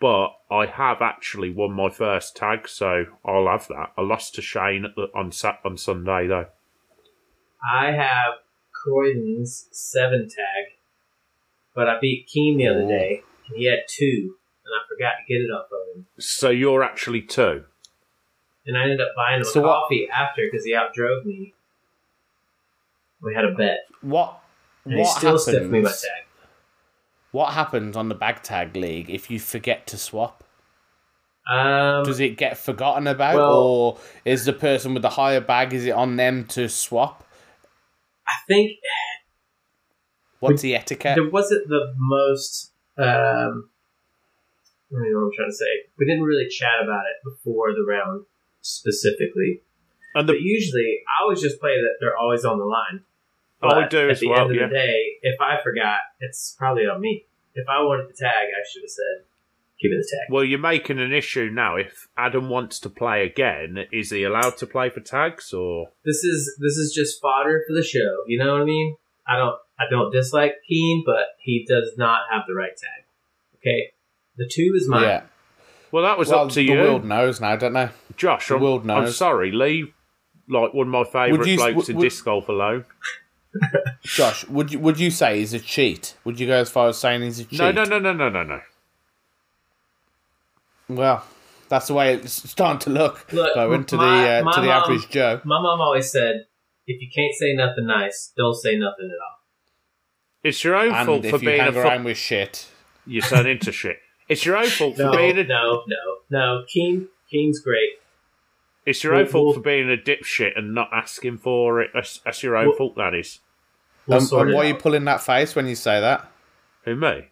S1: but I have actually won my first tag, so I'll have that. I lost to Shane at the, on, Sat on Sunday, though.
S3: I have Croydon's seven tag, but I beat Keen the other day, and he had two, and I forgot to get it off of him.
S1: So you're actually two.
S3: And I ended up buying him
S2: So
S3: a
S2: what-
S3: coffee after because he outdrove me. We had a bet.
S2: What
S3: And
S2: what
S3: he still stiffed me my
S2: happens?
S3: tag.
S2: What happens on the bag tag league if you forget to swap?
S3: Um,
S2: Does it get forgotten about,
S3: Well-
S2: or is the person with the higher bag is it on them to swap?
S3: I think
S2: What's the etiquette?
S3: there wasn't the most. Um, I don't know what I'm trying to say. We didn't really chat about it before the round specifically,
S1: And
S3: but
S1: the,
S3: usually I always just play that they're always on the line.
S1: I
S3: But
S1: would do
S3: at
S1: as
S3: the
S1: well,
S3: end of
S1: yeah.
S3: the day, if I forgot, it's probably on me. If I wanted the tag, I should have said, "Give me the tag."
S1: Well, you're making an issue now. If Adam wants to play again, is he allowed to play for tags or?
S3: This is this is just fodder for the show. You know what I mean? I don't I don't dislike Keen, but he does not have the right tag. Okay, the two is mine.
S2: yeah,
S1: Well, that was
S2: well,
S1: up to
S2: the
S1: you,
S2: world knows now, don't they?
S1: Josh.
S2: the
S1: I'm,
S2: world
S1: I'm
S2: knows.
S1: sorry, Lee. Like one of my favourite
S2: Would you-
S1: blokes
S2: would-
S1: in
S2: would-
S1: disc golf alone.
S2: Josh, would you would you say he's a cheat? Would you go as far as saying he's a cheat?
S1: No, no, no, no, no, no, no.
S2: Well, that's the way it's starting to look.
S3: Look,
S2: I went to
S3: my-
S2: the uh,
S3: my
S2: to the
S3: mom-
S2: average Joe.
S3: My mom always said, if you can't say nothing nice, don't say nothing at all.
S1: It's your own
S2: And
S1: fault
S2: if
S1: for
S2: you
S1: being a
S2: hang around
S1: fu-
S2: with shit,
S1: you turn into shit. It's your own fault
S3: No,
S1: for being a
S3: no, no, no. Keen, Keen's great.
S1: it's your own
S3: Well,
S1: fault
S3: well-
S1: for being a dipshit and not asking for it. That's, that's your own
S3: Well-
S1: fault. That is.
S3: We'll
S2: um,
S3: sort
S2: and
S3: it
S2: why are
S3: out.
S2: you pulling that face when you say that?
S1: Who me?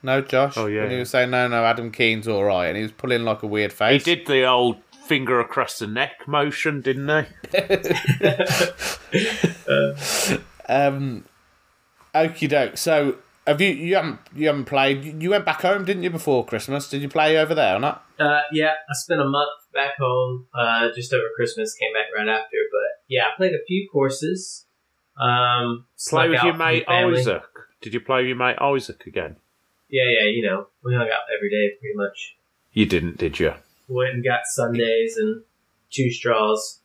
S2: No, Josh.
S1: Oh, yeah,
S2: When he
S1: yeah.
S2: was saying no, no, Adam Keane's all right, and he was pulling like a weird
S1: He
S2: face.
S1: did the old finger across the neck motion, didn't he?
S2: Um, okie doke. So, have you you haven't you haven't played? You went back home, didn't you, before Christmas? Did you play over there or not?
S3: Uh, yeah, I spent a month back home uh, just over Christmas, came back right after. But yeah, I played a few courses. Um,
S1: Play
S3: snuck
S1: with
S3: out
S1: your
S3: with
S1: mate
S3: family.
S1: Isaac. Did you play with your mate Isaac again?
S3: Yeah, yeah, you know, we hung out every day pretty much.
S1: You didn't, did you?
S3: Went and got Sundays and two straws.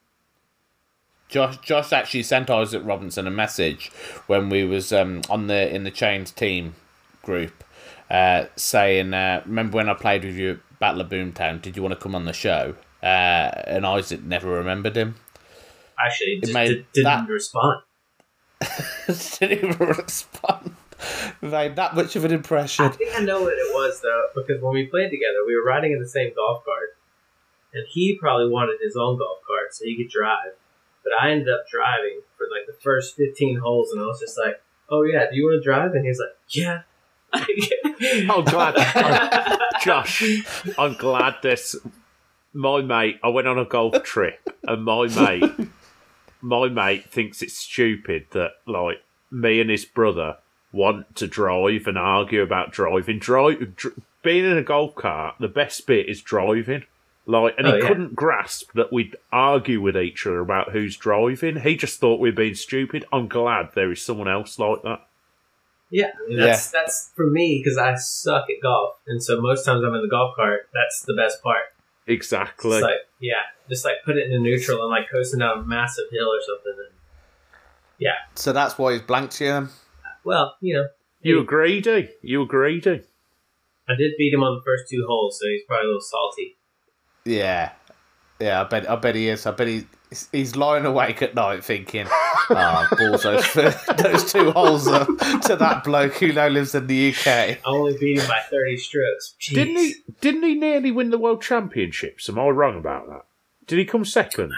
S2: Josh Josh actually sent Isaac Robinson a message when we was um on the in the chains team group, uh, saying, uh, remember when I played with you at Battle of Boomtown? Did you want to come on the show? Uh, and Isaac never remembered him.
S3: Actually, just
S2: made
S3: did, not
S2: that-
S3: respond.
S2: Didn't even respond. Made that much of an
S3: I
S2: impression.
S3: think I know what it was though, because when we played together, we were riding in the same golf cart, and he probably wanted his own golf cart so he could drive. But I ended up driving for like the first fifteen holes, and I was just like, "Oh yeah, do you want to drive?" And he's like, "Yeah."
S1: Oh, glad. I'm- Josh, I'm glad this. My mate, I went on a golf trip, and my mate, my mate thinks it's stupid that like me and his brother want to drive and argue about driving. Drive, dr- being in a golf cart, the best bit is driving. Like, and
S3: Oh,
S1: he
S3: yeah.
S1: couldn't grasp that we'd argue with each other about who's driving. He just thought we'd been stupid. I'm glad there is someone else like that.
S3: yeah, I mean, that's that's for me because I suck at golf, and so most times I'm in the golf cart. That's the best part. It's
S1: Exactly.
S3: like, yeah, just like put it in neutral and like coasting down a massive hill or something. And,
S2: So that's why he's blanked you. then?
S3: well, you know,
S1: you were greedy. You eh? were greedy.
S3: I did beat him on the first two holes, so he's probably a little salty.
S2: Yeah, yeah. I bet. I bet he is. I bet he. He's lying awake at night thinking, "Ah, balls those, those two holes up to that bloke who now lives in the UK."
S3: I only beat him by 30 strokes. Jeez.
S1: Didn't he? Didn't he nearly win the world championships? Am I wrong about that? Did he come second?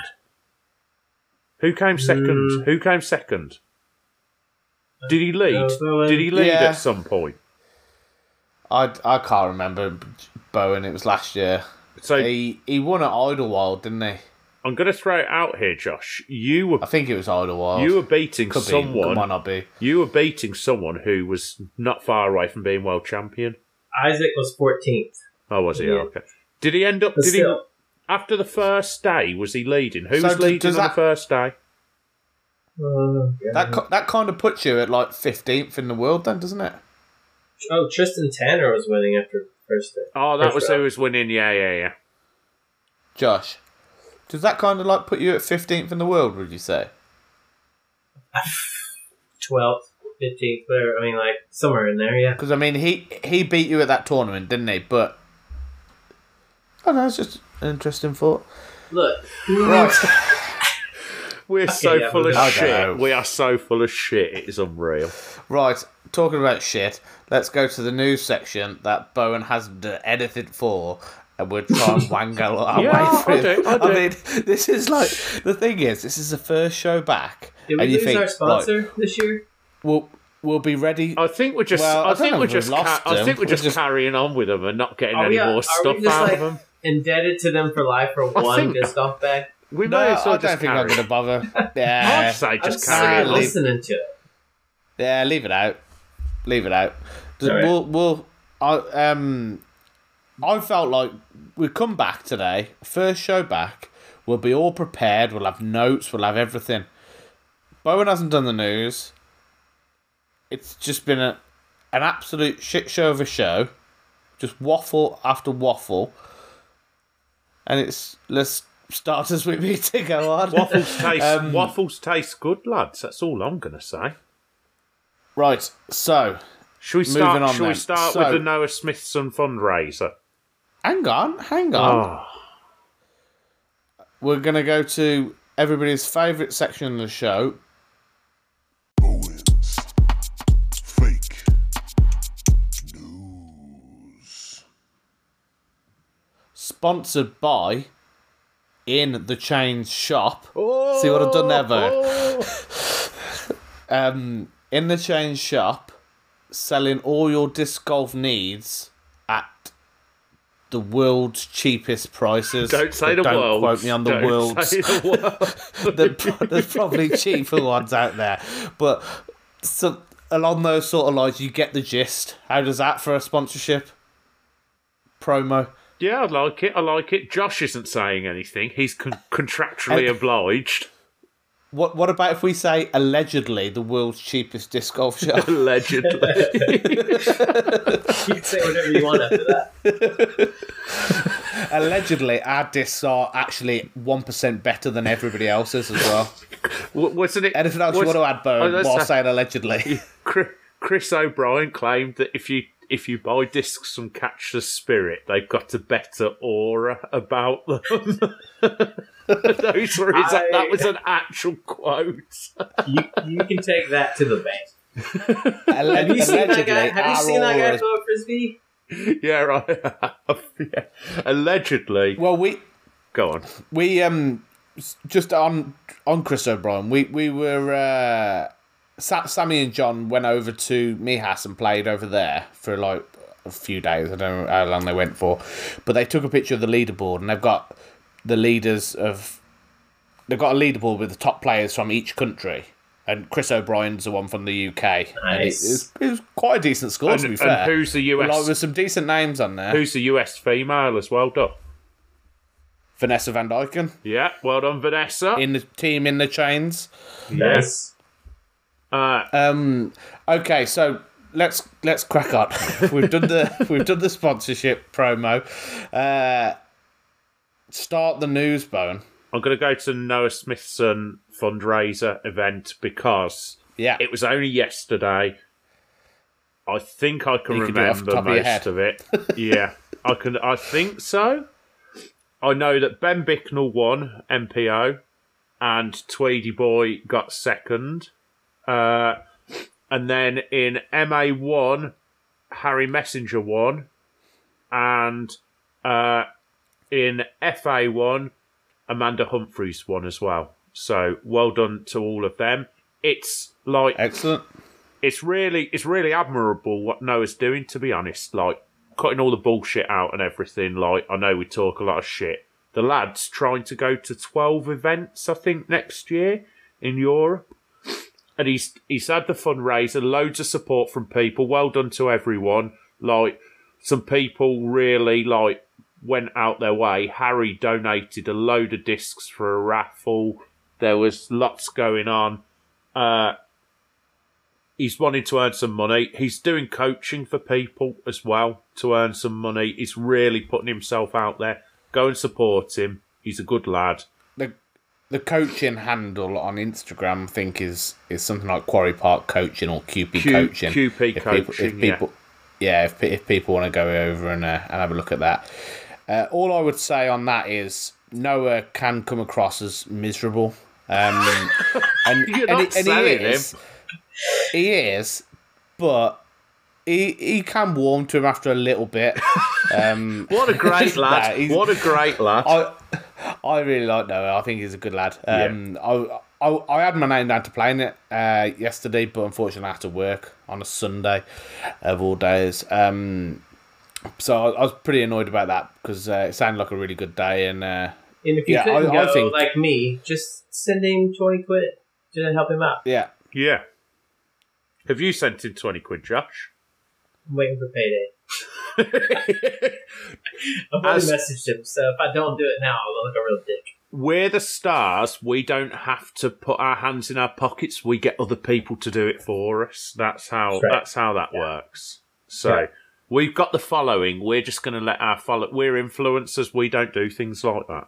S1: Who came second?
S3: Mm.
S1: Who came second? Did he lead?
S3: no, um,
S1: Did he lead
S2: Yeah.
S1: at some point?
S2: I, I can't remember Bowen. It was last year.
S1: So
S2: he he won at Idlewild, didn't he?
S1: I'm going to throw it out here, Josh. You were
S2: I think it was Idlewild.
S1: you were beating
S2: Could be.
S1: someone.
S2: Might not be.
S1: You were beating someone who was not far away from being world champion.
S3: Isaac was 14th.
S1: Oh, was he?
S3: Yeah.
S1: Okay. Did he end up?
S3: But
S1: Did he
S3: still,
S1: after the first day? Was he leading? Who
S2: So
S1: was
S2: d-
S1: leading
S2: does
S1: on
S2: that-
S1: the first day?
S3: uh, yeah.
S2: That ki- that kind of puts you at like fifteenth in the world, then, doesn't it?
S3: oh, Tristan Tanner was winning after the first day.
S1: Oh, that
S3: First
S1: was
S3: round.
S1: who was winning. Yeah, yeah, yeah.
S2: Josh, does that kind of like put you at fifteenth in the world? Would you say?
S3: 12th, 15th, whatever. I mean, like, somewhere in there, yeah.
S2: Because I mean, he he beat you at that tournament, didn't he? But I don't know. It's just an interesting thought.
S3: Look,
S2: Right.
S1: We're so
S3: yeah,
S1: full of
S2: I don't know.
S1: shit. We are so full of shit. It is unreal.
S2: Right, talking about shit, let's go to the news section that Bowen hasn't done anything for. And we'll try and wangle our
S1: Yeah, I'll
S2: way through.
S1: do, I'll do.
S2: mean, this is like the thing is, this is the first show back,
S3: did we
S2: and you
S3: lose
S2: think
S3: our
S2: right,
S3: sponsor this year?
S2: we'll we'll be ready.
S1: I think we're just.
S2: Well, I
S1: I,
S2: don't
S1: think
S2: know
S1: we're
S2: if we've
S1: just.
S2: lost
S1: I
S2: them.
S1: think we're
S2: We're
S1: just,
S2: just-
S1: carrying on with them and not getting
S3: Are
S1: any
S3: we, uh,
S1: more
S3: are
S1: stuff
S3: we
S1: out
S3: just
S1: of them.
S3: like indebted to them for life for
S1: I
S3: one
S1: think-
S3: disc golf bag?
S1: We
S2: no,
S1: may as well
S2: I don't
S1: just
S2: think I'm
S1: carry.
S2: going to bother. Yeah,
S1: I'd say
S3: I'm
S1: just
S3: sorry,
S1: carry
S2: sadly-
S1: on.
S3: listening to it.
S2: Yeah, leave it out. Leave it out. Just-
S3: Alright.
S2: We'll, we'll, I, um, I felt like we come back today, first show back. We'll be all prepared. We'll have notes. We'll have everything. Bowen hasn't done the news. It's just been a, an absolute shit show of a show. Just waffle after waffle. And it's, let's start as we need to go on.
S1: Waffles taste.
S2: Um,
S1: waffles taste good, lads. That's all I'm going to say.
S2: Right, so
S1: Should we
S2: Moving
S1: start?
S2: on
S1: Should we
S2: then.
S1: start
S2: So-
S1: with the Noah Smithson fundraiser?
S2: hang on, hang on.
S1: Oh,
S2: We're going to go to everybody's favourite section of the show.
S5: Owens. Fake news.
S2: Sponsored by In the Chains Shop. See what I've done there,
S1: Oh.
S2: Bo?
S1: Ah.
S2: Um, in the Chains Shop, selling all your disc golf needs at the world's cheapest prices.
S1: don't say
S2: But
S1: the world.
S2: Quote me on the
S1: Don't
S2: world's.
S1: say the world.
S2: There- there's probably cheaper ones out there, but so along those sort of lines, you get the gist. How does that for a sponsorship promo?
S1: yeah, I like it. I like it. Josh isn't saying anything. He's con- contractually obliged.
S2: What What about if we say allegedly the world's cheapest disc golf shop?
S1: Allegedly.
S3: You can say whatever you want after that.
S2: allegedly, our discs are actually one percent better than everybody else's as well.
S1: W- Wasn't it?
S2: Anything else you
S1: was-
S2: want to add,
S1: Oh,
S2: Bo?
S1: that's-
S2: while saying allegedly,
S1: Chri- Chris O'Brien claimed that if you if you buy discs from Catch the Spirit, they've got a better aura about them. Those were his,
S3: I-
S1: That was an actual quote.
S3: You, you can take that to the bank.
S2: Alle-
S3: Have you seen that
S2: allegedly,
S3: guy? Have
S2: our
S3: you seen that
S2: aura
S3: guy
S2: is-
S3: throw a frisbee?
S1: yeah, I have. Yeah. Allegedly,
S2: Well, we
S1: go on.
S2: we um s- just on on Chris O'Brien, we we were uh, Sa- Sammy and John went over to Mihas and played over there for like a few days. I don't know how long they went for, but they took a picture of the leaderboard and they've got the leaders of they've got a leaderboard with the top players from each country. And Chris O'Brien's the one from the UK. And it,
S3: Nice.
S2: it's, it was quite a decent score,
S1: And,
S2: to be
S1: and
S2: fair.
S1: who's the US?
S2: Like, there's some decent names on there.
S1: Who's the US female as well done?
S2: Vanessa Van Dyken
S1: Yeah, well done, Vanessa.
S2: in the team in the chains.
S3: Yes.
S1: uh,
S2: Um. Okay, so let's let's crack on. we've done the we've done the sponsorship promo. Uh, start the news bone.
S1: I'm going to go to the Noah Smithson fundraiser event because
S2: Yeah.
S1: It was only yesterday. I think I can
S2: You can do it off the
S1: remember
S2: top of your
S1: most
S2: head.
S1: of it. yeah, I can. I think so. I know that Ben Bicknell won MPO, and Tweedy Boy got second. Uh, and then in MA one, Harry Messenger won, and uh, in FA one, Amanda Humphreys won as well. So well done to all of them. It's like
S2: Excellent.
S1: it's really it's really admirable what Noah's doing to be honest. Like cutting all the bullshit out and everything. Like I know we talk a lot of shit. the lads trying to go to 12 events, I think, next year in Europe. And he's he's had the fundraiser, loads of support from people. Well done to everyone. Like some people really like went out their way. Harry donated a load of discs for a raffle. There was lots going on. Uh, he's wanting to earn some money. He's doing coaching for people as well to earn some money. He's really putting himself out there. Go and support him. He's a good lad.
S2: the the coaching handle on Instagram, I think, is is something like Quarry Park Coaching or QP
S1: Q-
S2: Coaching.
S1: QP
S2: if People,
S1: Coaching,
S2: if
S1: yeah.
S2: people, yeah. if, pe- if people want to go over and, uh, and have a look at that. Uh, all I would say on that is Noah can come across as miserable. Um,
S1: You're
S2: and, and he-
S1: not
S2: and he
S1: selling him.
S2: is- He is, but he he can warm to him after a little bit. Um,
S1: What a great
S2: Nah,
S1: lad.
S2: he's-
S1: what a great lad.
S2: I I really like Noah. I think he's a good lad. Um, I, I I had my name down to playing it uh, yesterday, but unfortunately I had to work on a Sunday of all days. Um, so I, I was pretty annoyed about that because uh, it sounded like a really good day, and uh,
S3: And if you
S2: Yeah,
S3: couldn't
S2: I- I
S3: go
S2: think-
S3: like me, just send him twenty quid to help him out.
S2: yeah,
S1: yeah. Have you sent him 20 quid, Josh?
S3: I'm waiting for payday. I've already
S1: As-
S3: messaged him, so if I don't do it now, I'll look like a real dick.
S1: We're the stars. We don't have to put our hands in our pockets. We get other people to do it for us. That's how
S3: right.
S1: that's how that works. So we've got the following. We're just going to let our follow. We're influencers. We don't do things like that.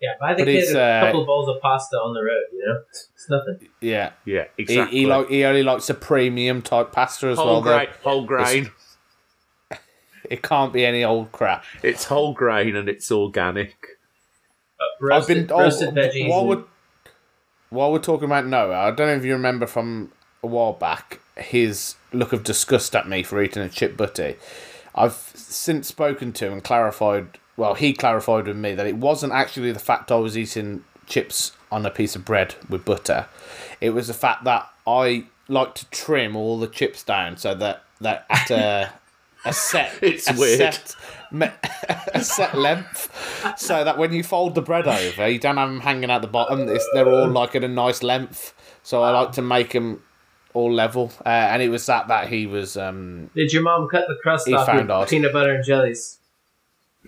S3: Yeah, buy the
S2: But
S3: kid
S2: he's,
S3: a
S2: uh,
S3: couple bowls of pasta on the road. You know, it's, it's nothing.
S2: yeah.
S1: Yeah,
S2: He,
S1: exactly.
S2: he like he only likes a premium type pasta as well.
S1: whole
S2: though.
S1: grain. Whole grain.
S2: It can't be any old crap.
S1: It's whole grain and it's organic.
S3: Uh, roasted,
S2: oh,
S3: roasted veggies.
S2: While
S3: and-
S2: we're, while we're talking about Noah, I don't know if you remember from a while back his look of disgust at me for eating a chip butty. I've since spoken to him and clarified. Well, he clarified with me that it wasn't actually the fact I was eating chips on a piece of bread with butter. It was the fact that I like to trim all the chips down so that that at a a set
S1: It's
S2: a
S1: weird.
S2: set me- a set length so that when you fold the bread over you don't have them hanging out the bottom it's, they're all like at a nice length so i like to make them all level uh, and it was that that he was um
S3: Did your mom cut the crust
S2: He
S3: off your
S2: found ours.
S3: peanut butter and jellies?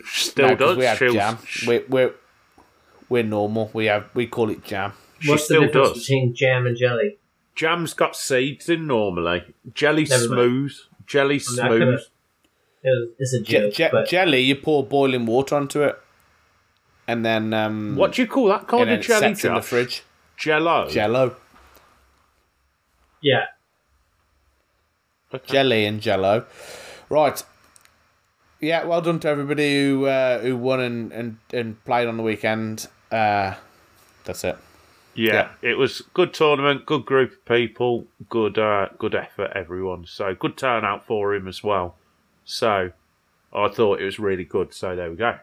S1: Still
S2: no, 'cause
S1: does.
S2: we have
S1: She'll-
S2: jam we're, we're we're normal we have we call it jam
S1: She
S3: What's
S1: still
S3: the difference
S1: does.
S3: between jam and jelly?
S1: Jam's got seeds in normally. Jelly
S3: Never mind.
S1: smooth. Jelly
S3: not gonna-
S1: smooth.
S3: It was, it's a
S2: Je-
S3: joke,
S2: je-
S3: but
S2: jelly you pour boiling water onto it and then um
S1: What do you call that kind
S2: and then
S1: of
S2: it
S1: jelly?
S2: sets in the
S1: Josh?
S2: fridge
S1: Jello.
S2: jello
S3: yeah,
S2: jelly and jello. Right. Yeah, well done to everybody who uh, who won and, and, and played on the weekend. Uh, that's it.
S1: Yeah, it was good tournament, good group of people, good uh, good effort, everyone. So good turnout for him as well. So I thought it was really good. So there we go.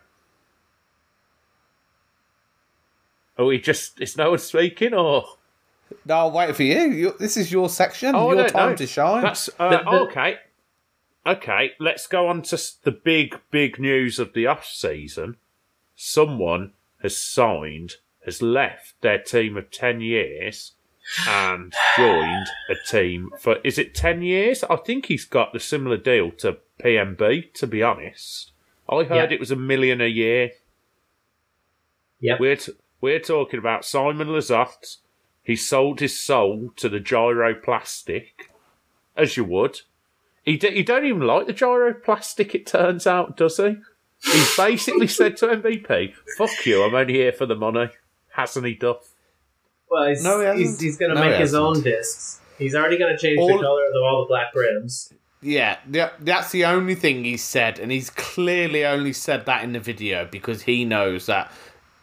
S1: Oh, he just is no one speaking or
S2: No, I'll wait for you. you this is your section,
S1: oh, I
S2: your
S1: don't
S2: time
S1: know.
S2: to shine.
S1: That's uh,
S3: The- the-
S1: oh, okay. Okay, let's go on to s- the big big news of the off season. Someone has signed, has left their team of ten years, and joined a team for is it ten years? I think he's got the similar deal to PMB. To be honest, I heard
S3: Yeah.
S1: it was a million a year.
S3: Yep.
S1: We're t- we're talking about Simon Lazat. He sold his soul to the gyroplastic, as you would. He, d- he don't even like the gyroplastic, it turns out, does he? He basically said to MVP, fuck you, I'm only here for the money. Hasn't he, Duff?
S3: well, he's,
S2: No, he hasn't.
S3: he's, he's going to
S2: No, he
S3: make his
S2: hasn't.
S3: own discs. He's already going to change
S2: All-
S3: the color of all the black rims.
S2: yeah, yeah, that's the only thing he said, and he's clearly only said that in the video because he knows that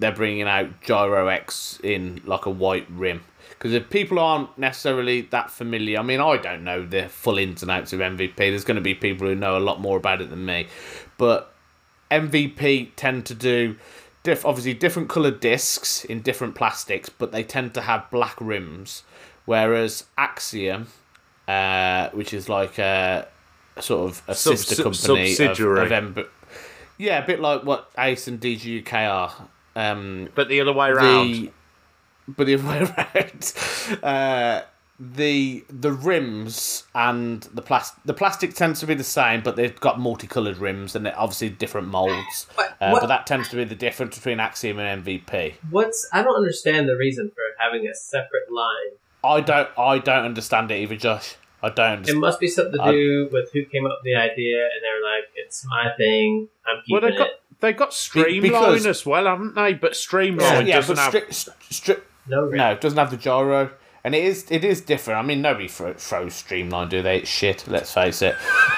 S2: they're bringing out Gyro X in like a white rim. Because if people aren't necessarily that familiar, I mean, I don't know the full ins and outs of MVP. There's going to be people who know a lot more about it than me, but MVP tend to do diff- obviously different colored discs in different plastics, but they tend to have black rims. Whereas Axiom, uh, which is like a sort of a
S1: Sub-
S2: sister
S1: sub-
S2: company of-
S1: subsidiary.
S2: of, Emb- yeah, a bit like what Ace and DG UK are. Um,
S1: But the other way around.
S2: The, but the other way around. Uh, the the rims and the plastic the plastic tends to be the same, but they've got multicolored rims and they're obviously different molds.
S3: But
S2: Uh,
S3: what-
S2: but that tends to be the difference between Axiom and MVP.
S3: What's I don't understand the reason for having a separate line.
S2: I don't I don't understand it either, Josh. I don't.
S3: It
S2: Understand.
S3: must be something to
S2: I-
S3: do with who came up with the idea, and they're like, "It's my thing. I'm
S1: well,
S3: keeping
S1: they got
S3: it."
S1: they got Streamline
S2: because-
S1: as well, haven't they? But
S2: Yeah,
S1: Streamline
S2: yeah,
S1: doesn't
S2: but
S1: have.
S2: stri- stri- stri-
S3: No,
S2: No, it doesn't have the gyro, and it is it is different. I mean, nobody thro- throws streamline, do they? It's shit. Let's face it.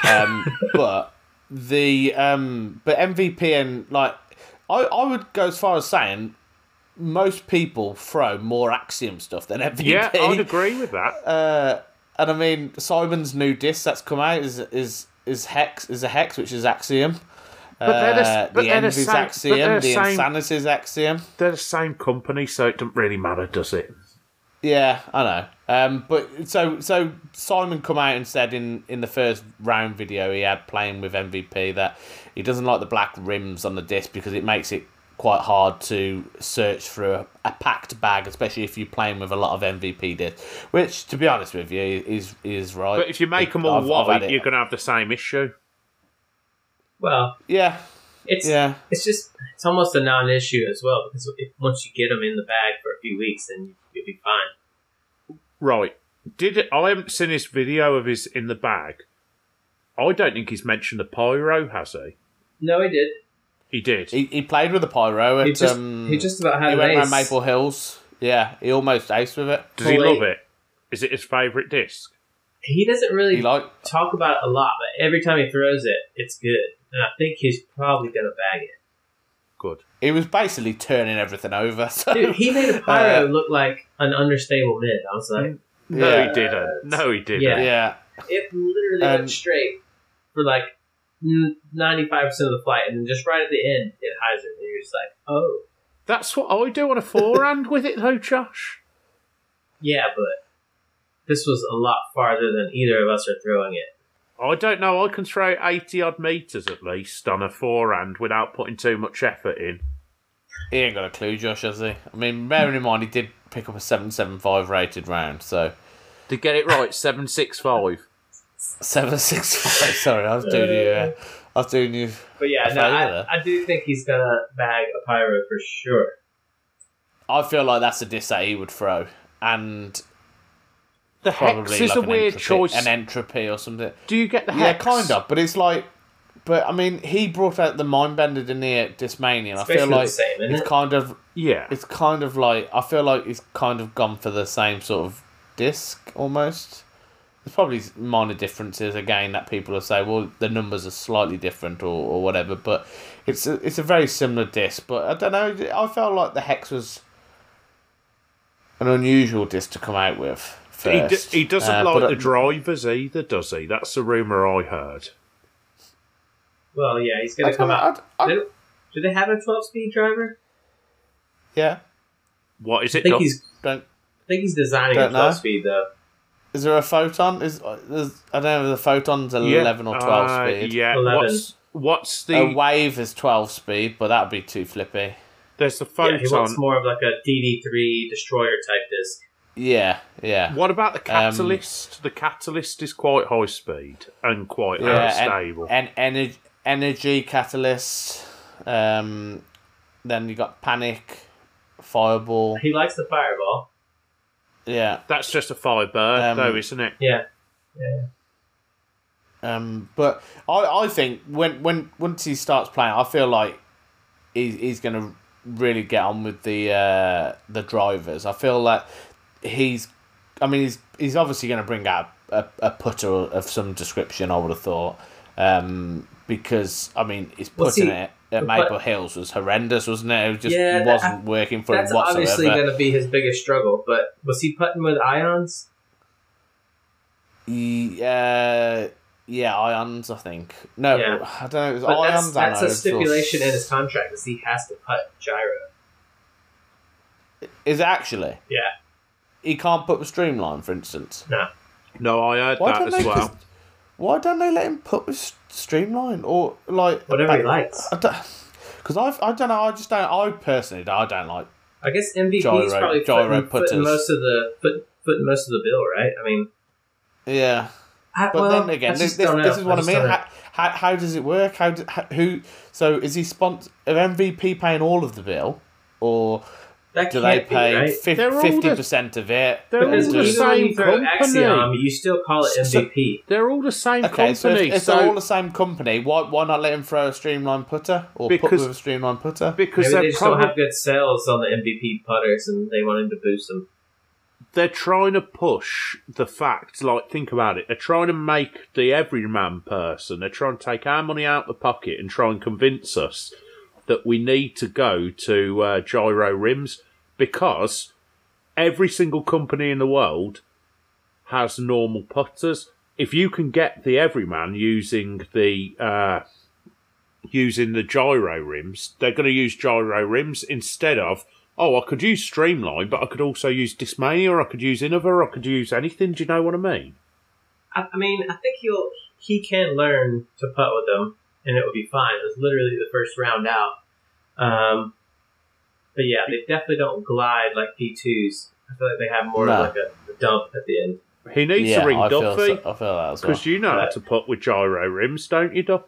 S2: Um, but the um, but MVP and like I I would go as far as saying most people throw more Axiom stuff than MVP.
S1: yeah, I'd agree with that.
S2: And I mean, Simon's new disc that's come out is is is hex is a hex, which is Axiom.
S1: but they're
S2: Uh,
S1: the, but
S2: the
S1: they're the
S2: envy's
S1: same. but
S2: axiom,
S1: they're,
S2: the
S1: the same
S2: insanity's axiom.
S1: they're the same company, so it doesn't really matter, does it?
S2: Yeah, I know. Um, but so so Simon come out and said in in the first round video he had playing with MVP that he doesn't like the black rims on the disc because it makes it quite hard to search through a, a packed bag, especially if you're playing with a lot of MVP discs. Which, to be honest with you, is is right.
S1: But if you make them all
S2: I've- I've had
S1: white,
S2: it.
S1: you're going to have the same issue.
S3: well,
S2: yeah,
S3: it's
S2: yeah.
S3: it's just it's almost a non-issue as well because if, once you get them in the bag for a few weeks, then you'll be fine.
S1: Right. Did it, I haven't seen his video of his in the bag. I don't think he's mentioned the pyro, has he?
S3: No, he did.
S1: He did.
S2: He, he played with the pyro. At,
S3: He just
S2: um,
S3: he just about
S2: he
S3: had an
S2: went around
S3: ace.
S2: Maple Hills. Yeah, he almost aced with it.
S1: Does he
S3: Well,
S1: love it? Is it his favourite disc?
S3: He doesn't really
S2: He like
S3: talk about it a lot, but every time he throws it, it's good, and I think he's probably gonna bag it.
S1: Good.
S2: he was basically turning everything over. So.
S3: Dude, he made a pyro
S2: Uh,
S3: look like an understable mid. I was like,
S1: No,
S2: Yeah.
S1: he didn't. No, he didn't.
S3: Yeah.
S2: yeah.
S3: it literally
S2: Um,
S3: went straight for like ninety-five percent of the flight, and then just right at the end, it hides it, and you're just like, oh,
S1: That's what I do on a forehand with it, though, Josh.
S3: yeah, but this was a lot farther than either of us are throwing it.
S1: I don't know. I can throw 80 odd metres at least on a forehand without putting too much effort in.
S2: He ain't got a clue, Josh, has he? I mean, bearing in mind he did pick up a seven seven five rated round, so
S1: To get it right, 765.
S2: seven six five. Sorry, I was doing you. Uh, I was doing you.
S3: But yeah,
S2: I
S3: no,
S2: thought you were.
S3: I, I do think he's gonna bag a pyro for sure.
S2: I feel like that's a diss that he would throw, and
S1: The
S2: probably
S1: hex is
S2: like
S1: a
S2: an
S1: weird
S2: entropy,
S1: choice.
S2: an entropy or something.
S1: do you get the
S2: Yeah,
S1: hex?
S2: kind of, but it's like, but I mean, he brought out the mind bender in here at Dismania. and I
S3: It's
S2: feel
S3: basically the
S2: like
S3: same, isn't
S2: it's
S3: it?
S2: kind of
S1: Yeah.
S2: it's kind of like I feel like it's kind of gone for the same sort of disc almost. There's probably minor differences again that people will say, well, the numbers are slightly different or, or whatever, but it's a, it's a very similar disc. But I don't know. I felt like the hex was an unusual disc to come out with.
S1: He, d-
S2: First.
S1: he doesn't
S2: Uh,
S1: like
S2: but
S1: the
S2: I-
S1: drivers either, does he? That's the rumour I heard.
S3: Well, yeah, he's
S2: I
S3: gonna
S2: don't
S3: come
S2: know,
S3: out.
S2: I- I-
S3: They don't- do they have a twelve-speed driver?
S2: yeah.
S1: What is
S3: I
S1: it?
S3: think
S1: not-
S3: he's
S2: Don't.
S3: I think he's designing a
S2: Don't know.
S3: twelve-speed though.
S2: Is there a photon? Is uh, there's, I don't know. The photon's
S1: Yeah.
S2: eleven or twelve
S1: Uh,
S2: speed. Uh,
S1: Yeah.
S3: 11.
S1: What's, what's the.
S2: A wave is twelve speed, but that'd be too flippy.
S1: there's the
S3: Yeah,
S1: photon.
S3: he wants more of like a DD3 destroyer type disc.
S2: Yeah, yeah.
S1: What about the catalyst? the catalyst is quite high speed and quite uh, unstable.
S2: And, and energy, energy catalyst. Um, then you got panic, fireball.
S3: He likes the fireball.
S2: Yeah.
S1: That's just a firebird,
S2: Um,
S1: though, isn't it?
S3: Yeah.
S2: Um, but I, I think when when once he starts playing, I feel like he's he's gonna really get on with the uh, the drivers. I feel like he's, I mean, he's he's obviously gonna bring out a, a putter of some description. I would have thought, um, because I mean, his
S3: Well,
S2: putting
S3: see,
S2: it at
S3: but-
S2: Maple Hills was horrendous, wasn't it? It was just
S3: Yeah,
S2: it
S3: that-
S2: wasn't working for him
S3: That's
S2: whatsoever.
S3: obviously going to be his biggest struggle. But was he putting with ions?
S2: Yeah, yeah, ions. I think no,
S3: Yeah.
S2: I don't know. It was
S3: But
S2: ions. I know,
S3: that's, that's a
S2: it was all-
S3: stipulation in his contract is he has to put gyro.
S2: Is it actually
S3: Yeah,
S2: he can't put the streamline, for instance.
S3: no.
S1: No, I heard
S2: Why
S1: that
S2: don't
S1: as
S2: they
S1: well.
S2: just- Why don't they let him put with S- Streamline or like
S3: Whatever he likes.
S2: Because I, I don't know. I just don't. I personally, I don't like.
S3: I guess MVP is
S2: Gyro-
S3: probably
S2: gyro
S3: putting, putting
S2: putters.
S3: most of the foot footing most of the bill, right? I mean,
S2: Yeah,
S3: I,
S2: but
S3: well,
S2: then
S3: I
S2: again, this,
S3: just
S2: this,
S3: don't know.
S2: this is what I
S3: just
S2: mean.
S3: don't know.
S2: How, how, how does it work? How, do, how who? So is he sponsor? Are MVP paying all of the bill, or
S3: That
S2: do they
S3: can't be,
S2: pay
S3: right?
S1: They're all the-
S2: fifty percent of it?
S1: They're all
S3: Because
S1: the
S3: even
S1: same
S3: when you throw
S1: company.
S3: Axiom, you still call it
S2: So-
S3: MVP.
S1: They're all the same
S2: Okay, so if,
S1: company.
S2: if
S1: so
S2: they're all the same company, why why not let him throw a streamlined putter or put
S1: Because-
S2: with a streamlined putter?
S1: because
S3: Maybe
S1: they're,
S3: they just
S1: probably-
S3: don't have good sales on the MVP putters, and they wanted to boost them.
S1: they're trying to push the fact. Like, think about it. They're trying to make the everyman person. They're trying to take our money out the pocket and try and convince us that we need to go to uh, gyro rims because every single company in the world has normal putters. If you can get the everyman using the uh, using the gyro rims, they're going to use gyro rims instead of oh, I could use Streamline, but I could also use Dismania, or I could use Innover, I could use anything. Do you know what I mean?
S3: I, I mean, I think he'll he can learn to putt with them, and it will be fine. It was literally the first round out. Um, but yeah, they definitely don't glide like P2s. I feel like they have more
S2: No.
S3: of like a, a dump at the end.
S1: He needs
S2: yeah,
S1: to ring
S2: I feel, so-
S1: Duffy
S2: I feel that as well.
S1: because you know how
S3: Right.
S1: to put with gyro rims, don't you, Duff?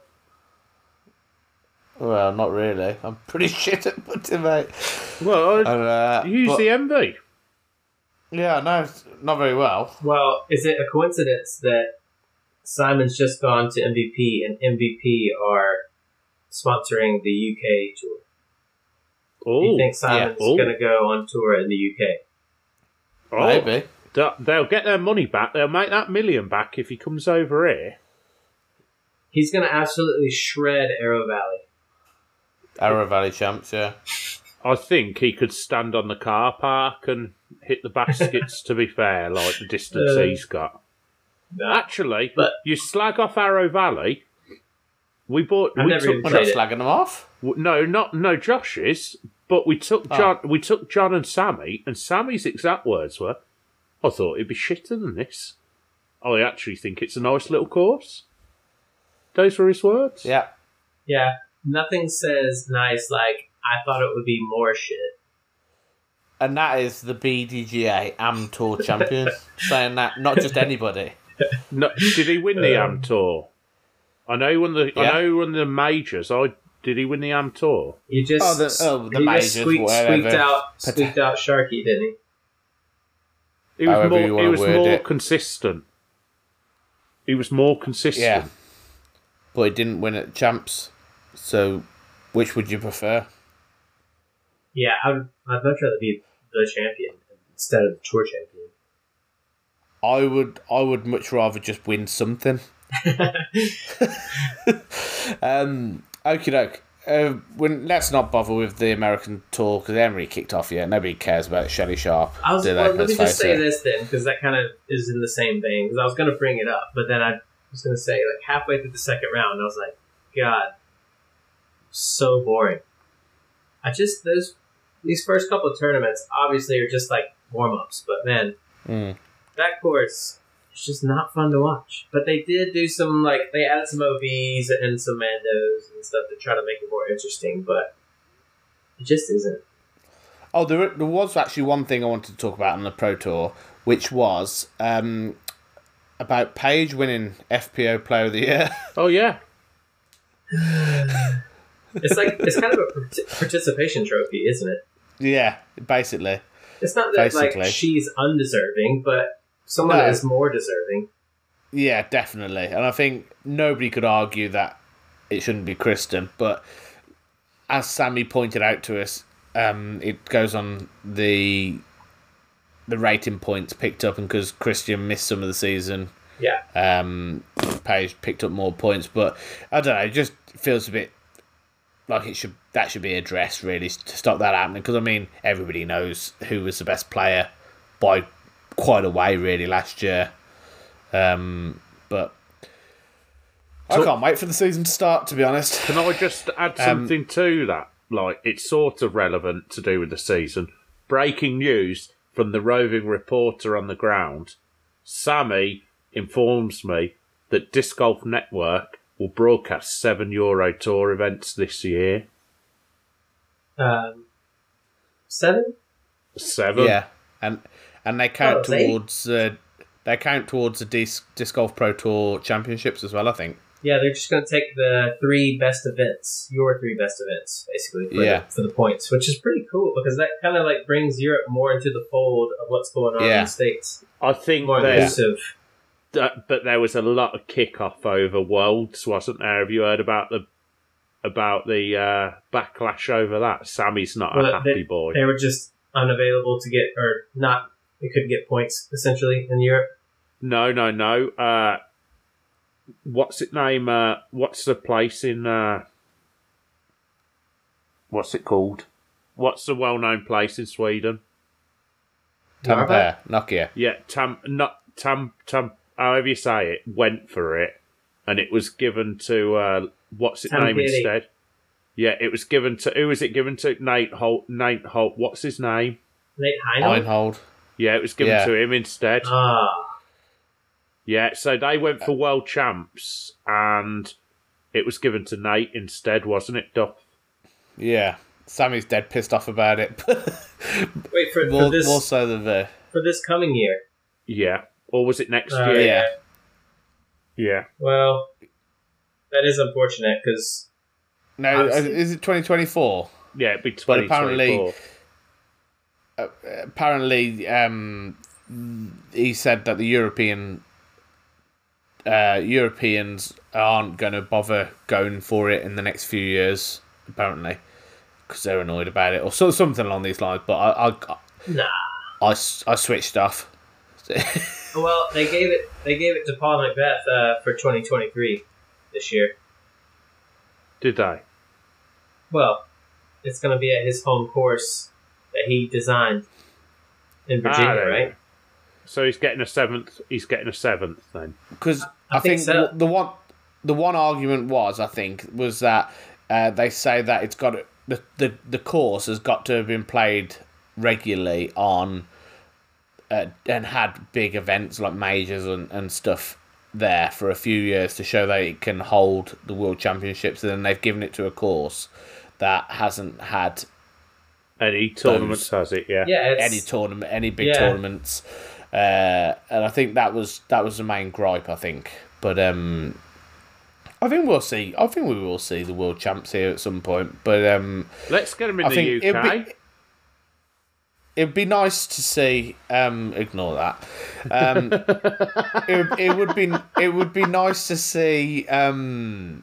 S2: Well, not really. I'm pretty shit at putting, mate.
S1: Well,
S2: And, uh,
S1: you use
S2: but-
S1: the MV.
S2: yeah, no, it's not very well.
S3: Well, is it a coincidence that Simon's just gone to MVP and MVP are sponsoring the UK tour? Do
S1: Oh,
S3: you think Simon's
S1: Oh.
S3: going to go on tour in the UK?
S1: oh,
S2: Maybe.
S1: th- they'll get their money back. They'll make that million back if he comes over here.
S3: He's going to absolutely shred Arrow Valley.
S2: Arrow Valley champs, yeah.
S1: I think he could stand on the car park and hit the baskets. to be fair, like the distance
S3: Uh,
S1: he's got. Actually,
S3: But-
S1: you slag off Arrow Valley. We bought.
S3: I've
S1: we
S3: never
S1: took
S3: even
S2: We're not
S3: Trade it.
S2: slagging them off.
S1: W- No, not no Josh's, but we took John we took John and Sammy, and Sammy's exact words were, I thought it'd be shitter than this. I actually think it's a nice little course. Those were his words.
S2: Yeah.
S3: Yeah, nothing says nice like I thought it would be more shit.
S2: And that is the BDGA Am Tour champions saying that, not just anybody.
S1: No, did he win the Am Tour? I know he won the
S2: Yeah.
S1: I know he won the majors. I did he win the Am Tour?
S3: You just
S2: Oh, the- oh, the
S3: you
S2: majors,
S3: just squeaked,
S2: whatever.
S3: squeaked out
S2: Pota-
S3: squeaked out Sharky, didn't he?
S1: He was
S2: However
S1: more
S2: you
S1: he
S2: wanna
S1: was
S2: word
S1: more
S2: it.
S1: consistent. He was more consistent.
S2: Yeah. But he didn't win at champs. So, which would you prefer?
S3: Yeah, I would, I'd much rather be the champion instead of the tour champion.
S2: I would I would much rather just win something. um, okie doke. Uh, when, let's not bother with the American tour because they haven't really kicked off yet. Nobody cares about Shelly Sharp.
S3: I was
S2: do they?
S3: well, let
S2: Let's
S3: me just
S2: face
S3: say
S2: it.
S3: this then, because that kind of is in the same vein. Because I was going to bring it up, but then I was going to say like halfway through the second round, I was like, God, so boring. I just those these first couple of tournaments obviously are just like warm ups, but man,
S2: Mm.
S3: that course is just not fun to watch. But they did do some like they added some OVs and some mandos and stuff to try to make it more interesting, but it just isn't.
S2: Oh, there, there was actually one thing I wanted to talk about on the Pro Tour, which was um, about Paige winning FPO Player of the Year.
S1: Oh yeah.
S3: It's like it's kind of a parti- participation trophy, isn't it?
S2: yeah, basically.
S3: It's not that
S2: Basically. Uh,
S3: like she's undeserving, but someone
S2: No.
S3: is more deserving.
S2: Yeah, definitely. And I think nobody could argue that it shouldn't be Kristen, but as Sammy pointed out to us, um, it goes on the the rating points picked up, and because Christian missed some of the season,
S3: Yeah,
S2: um, Paige picked up more points. But I don't know, it just feels a bit like it should that should be addressed really to stop that happening. Because I mean, everybody knows who was the best player by quite a way really last year. Um, but I can't wait for the season to start. To be honest,
S1: Can I just add
S2: Um,
S1: something to that? Like, it's sort of relevant to do with the season. Breaking news from the roving reporter on the ground. Sammy informs me that Disc Golf Network will broadcast seven Euro Tour events this year.
S3: Um, seven?
S1: Seven.
S2: yeah, and and they count
S3: Oh, they-
S2: towards uh, they count towards the disc, disc golf pro tour championships as well. I think.
S3: Yeah, they're just going to take the three best events, your three best events, basically, for,
S2: Yeah.
S3: the, for the points, which is pretty cool because that kind of like brings Europe more into the fold of what's going on in
S2: Yeah.
S3: the States.
S1: I think
S3: More
S1: there's
S3: inclusive.
S1: that, but there was a lot of kick-off over worlds, wasn't there? Have you heard about the about the uh, backlash over that? Sammy's not a
S3: Well,
S1: happy boy.
S3: They were just unavailable to get, or not, they couldn't get points, essentially, in Europe.
S1: No, no, no. Uh, what's it name? Uh, what's the place in? Uh, what's it called? What's the well-known place in Sweden?
S2: Tampere, Nokia.
S1: Yeah, Tam, not Tam, Tam. However you say it, went for it, and it was given to uh, what's it name
S3: Tampere.
S1: instead? Yeah, it was given to who was it given to? Nate Holt. Nate Holt. What's his name?
S3: Nate Heinen?
S2: Einhold.
S1: Yeah, it was given
S2: Yeah.
S1: to him instead.
S3: Ah,
S1: Yeah, so they went for world champs, and it was given to Nate instead, wasn't it, Duff?
S2: Yeah, Sammy's dead pissed off about it.
S3: wait, for, for,
S2: more,
S3: this,
S2: more so than the
S3: for this coming year.
S1: Yeah, or was it next
S3: Uh,
S1: year?
S2: yeah.
S1: Yeah,
S3: Well, that is unfortunate because
S2: No, uh,
S3: Obviously.
S2: is it twenty twenty four?
S1: yeah, it'd be
S2: But
S1: twenty
S2: apparently-
S1: twenty four.
S2: apparently um, he said that the European uh, Europeans aren't going to bother going for it in the next few years. Apparently, because they're annoyed about it or so, something along these lines. But I, I,
S3: nah.
S2: I, s- I switched off.
S3: Well, they gave it they gave it to Paul Macbeth uh, for 2023 this year.
S1: Did they?
S3: Well, it's going to be at his home course that he designed in Virginia,
S1: Ah, there you
S3: right?
S1: go. So he's getting a seventh. He's getting a seventh then.
S2: because I,
S3: think
S2: think,
S3: so.
S2: wh- the one the one argument was I think was that uh, they say that it's got to- the, the the course has got to have been played regularly on uh, and had big events like majors and, and stuff there for a few years to show that it can hold the world championships and then they've given it to a course that hasn't had
S1: Any tournaments has it? Yeah.
S3: Yeah, it's,
S2: any tournament any big
S3: Yeah.
S2: tournaments uh, and I think that was that was the main gripe I think but um I think we'll see I think we will see the world champs here at some point but um
S1: Let's get him in
S2: I think
S1: the UK.
S2: it'd be It'd be nice to see. Um, ignore that. Um, it, would- it would be it would be nice to see. Um,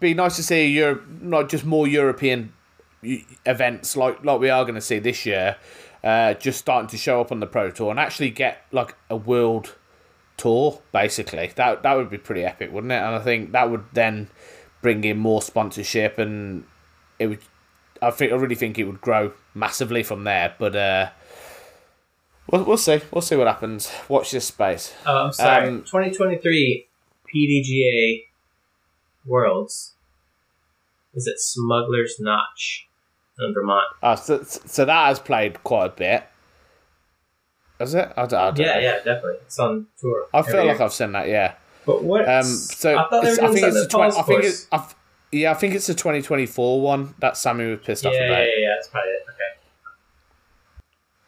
S2: be nice to see Europe, not just more European e- events like like we are going to see this year. Uh, just starting to show up on the pro tour and actually get like a world tour basically that that would be pretty epic wouldn't it and i think that would then bring in more sponsorship and it would i think i really think it would grow massively from there but uh we'll, we'll see we'll see what happens watch this space
S3: Oh, I'm sorry.
S2: Um,
S3: 2023 PDGA Worlds is at Smuggler's Notch in Vermont.
S2: uh, so, so that has played quite a bit has it i, don't- I don't
S3: Yeah,
S2: know.
S3: yeah, definitely. It's on tour.
S2: i feel
S3: every
S2: like
S3: year.
S2: i've seen that yeah
S3: But what?
S2: Um, so
S3: I thought they were
S2: it's- I
S3: doing
S2: think
S3: something
S2: it's
S3: at
S2: the twen-
S3: Paul's
S2: I think
S3: course.
S2: it's I've, yeah, I think it's the 2024 one that Sammy was pissed
S3: yeah,
S2: off about.
S3: yeah, yeah, yeah. That's probably it. Okay.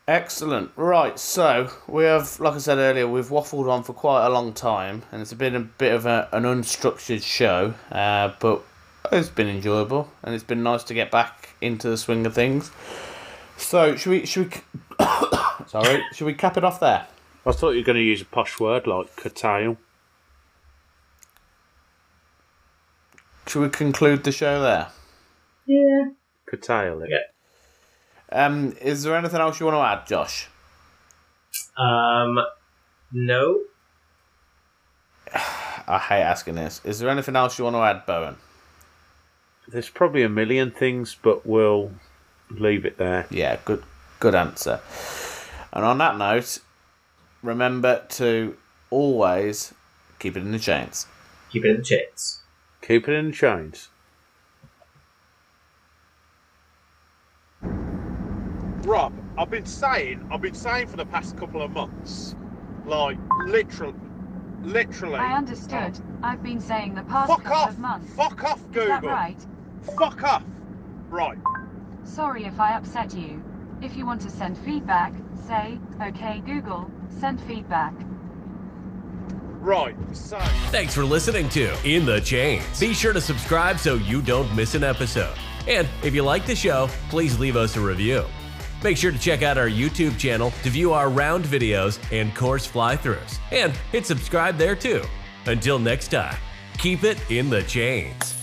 S2: Excellent. Right, so we have, like I said earlier, we've waffled on for quite a long time, and it's been a bit of a, an unstructured show, uh, but it's been enjoyable, and it's been nice to get back into the swing of things. So should we? Should we? c- sorry, should we cap it off there?
S1: I thought you were going to use a posh word like curtail.
S2: Should we conclude the show there?
S1: Curtail it.
S3: Yeah.
S2: Um, is there anything else you want to add, Josh?
S3: Um, no.
S2: I hate asking this. Is there anything else you want to add, Bowen?
S1: There's probably a million things, but we'll leave it there.
S2: Yeah, good good answer. And on that note, remember to always keep it in the chains.
S3: Keep it in the chains.
S1: Keep it in chains. Rob, I've been saying, I've been saying for the past couple of months, like literally,
S6: Literally.
S7: I understood. I've been saying the past
S6: Fuck
S7: couple
S6: off!
S7: of months.
S6: Fuck off, Google!
S7: Is that right?
S6: Fuck off! Right.
S7: Sorry if I upset you. If you want to send feedback, say, okay Google, send feedback.
S6: Right. So.
S4: Thanks for listening to In the Chains. Be sure to subscribe so you don't miss an episode. And if you like the show, please leave us a review. Make sure to check out our YouTube channel to view our round videos and course fly throughs. And hit subscribe there too. Until next time, keep it in the chains.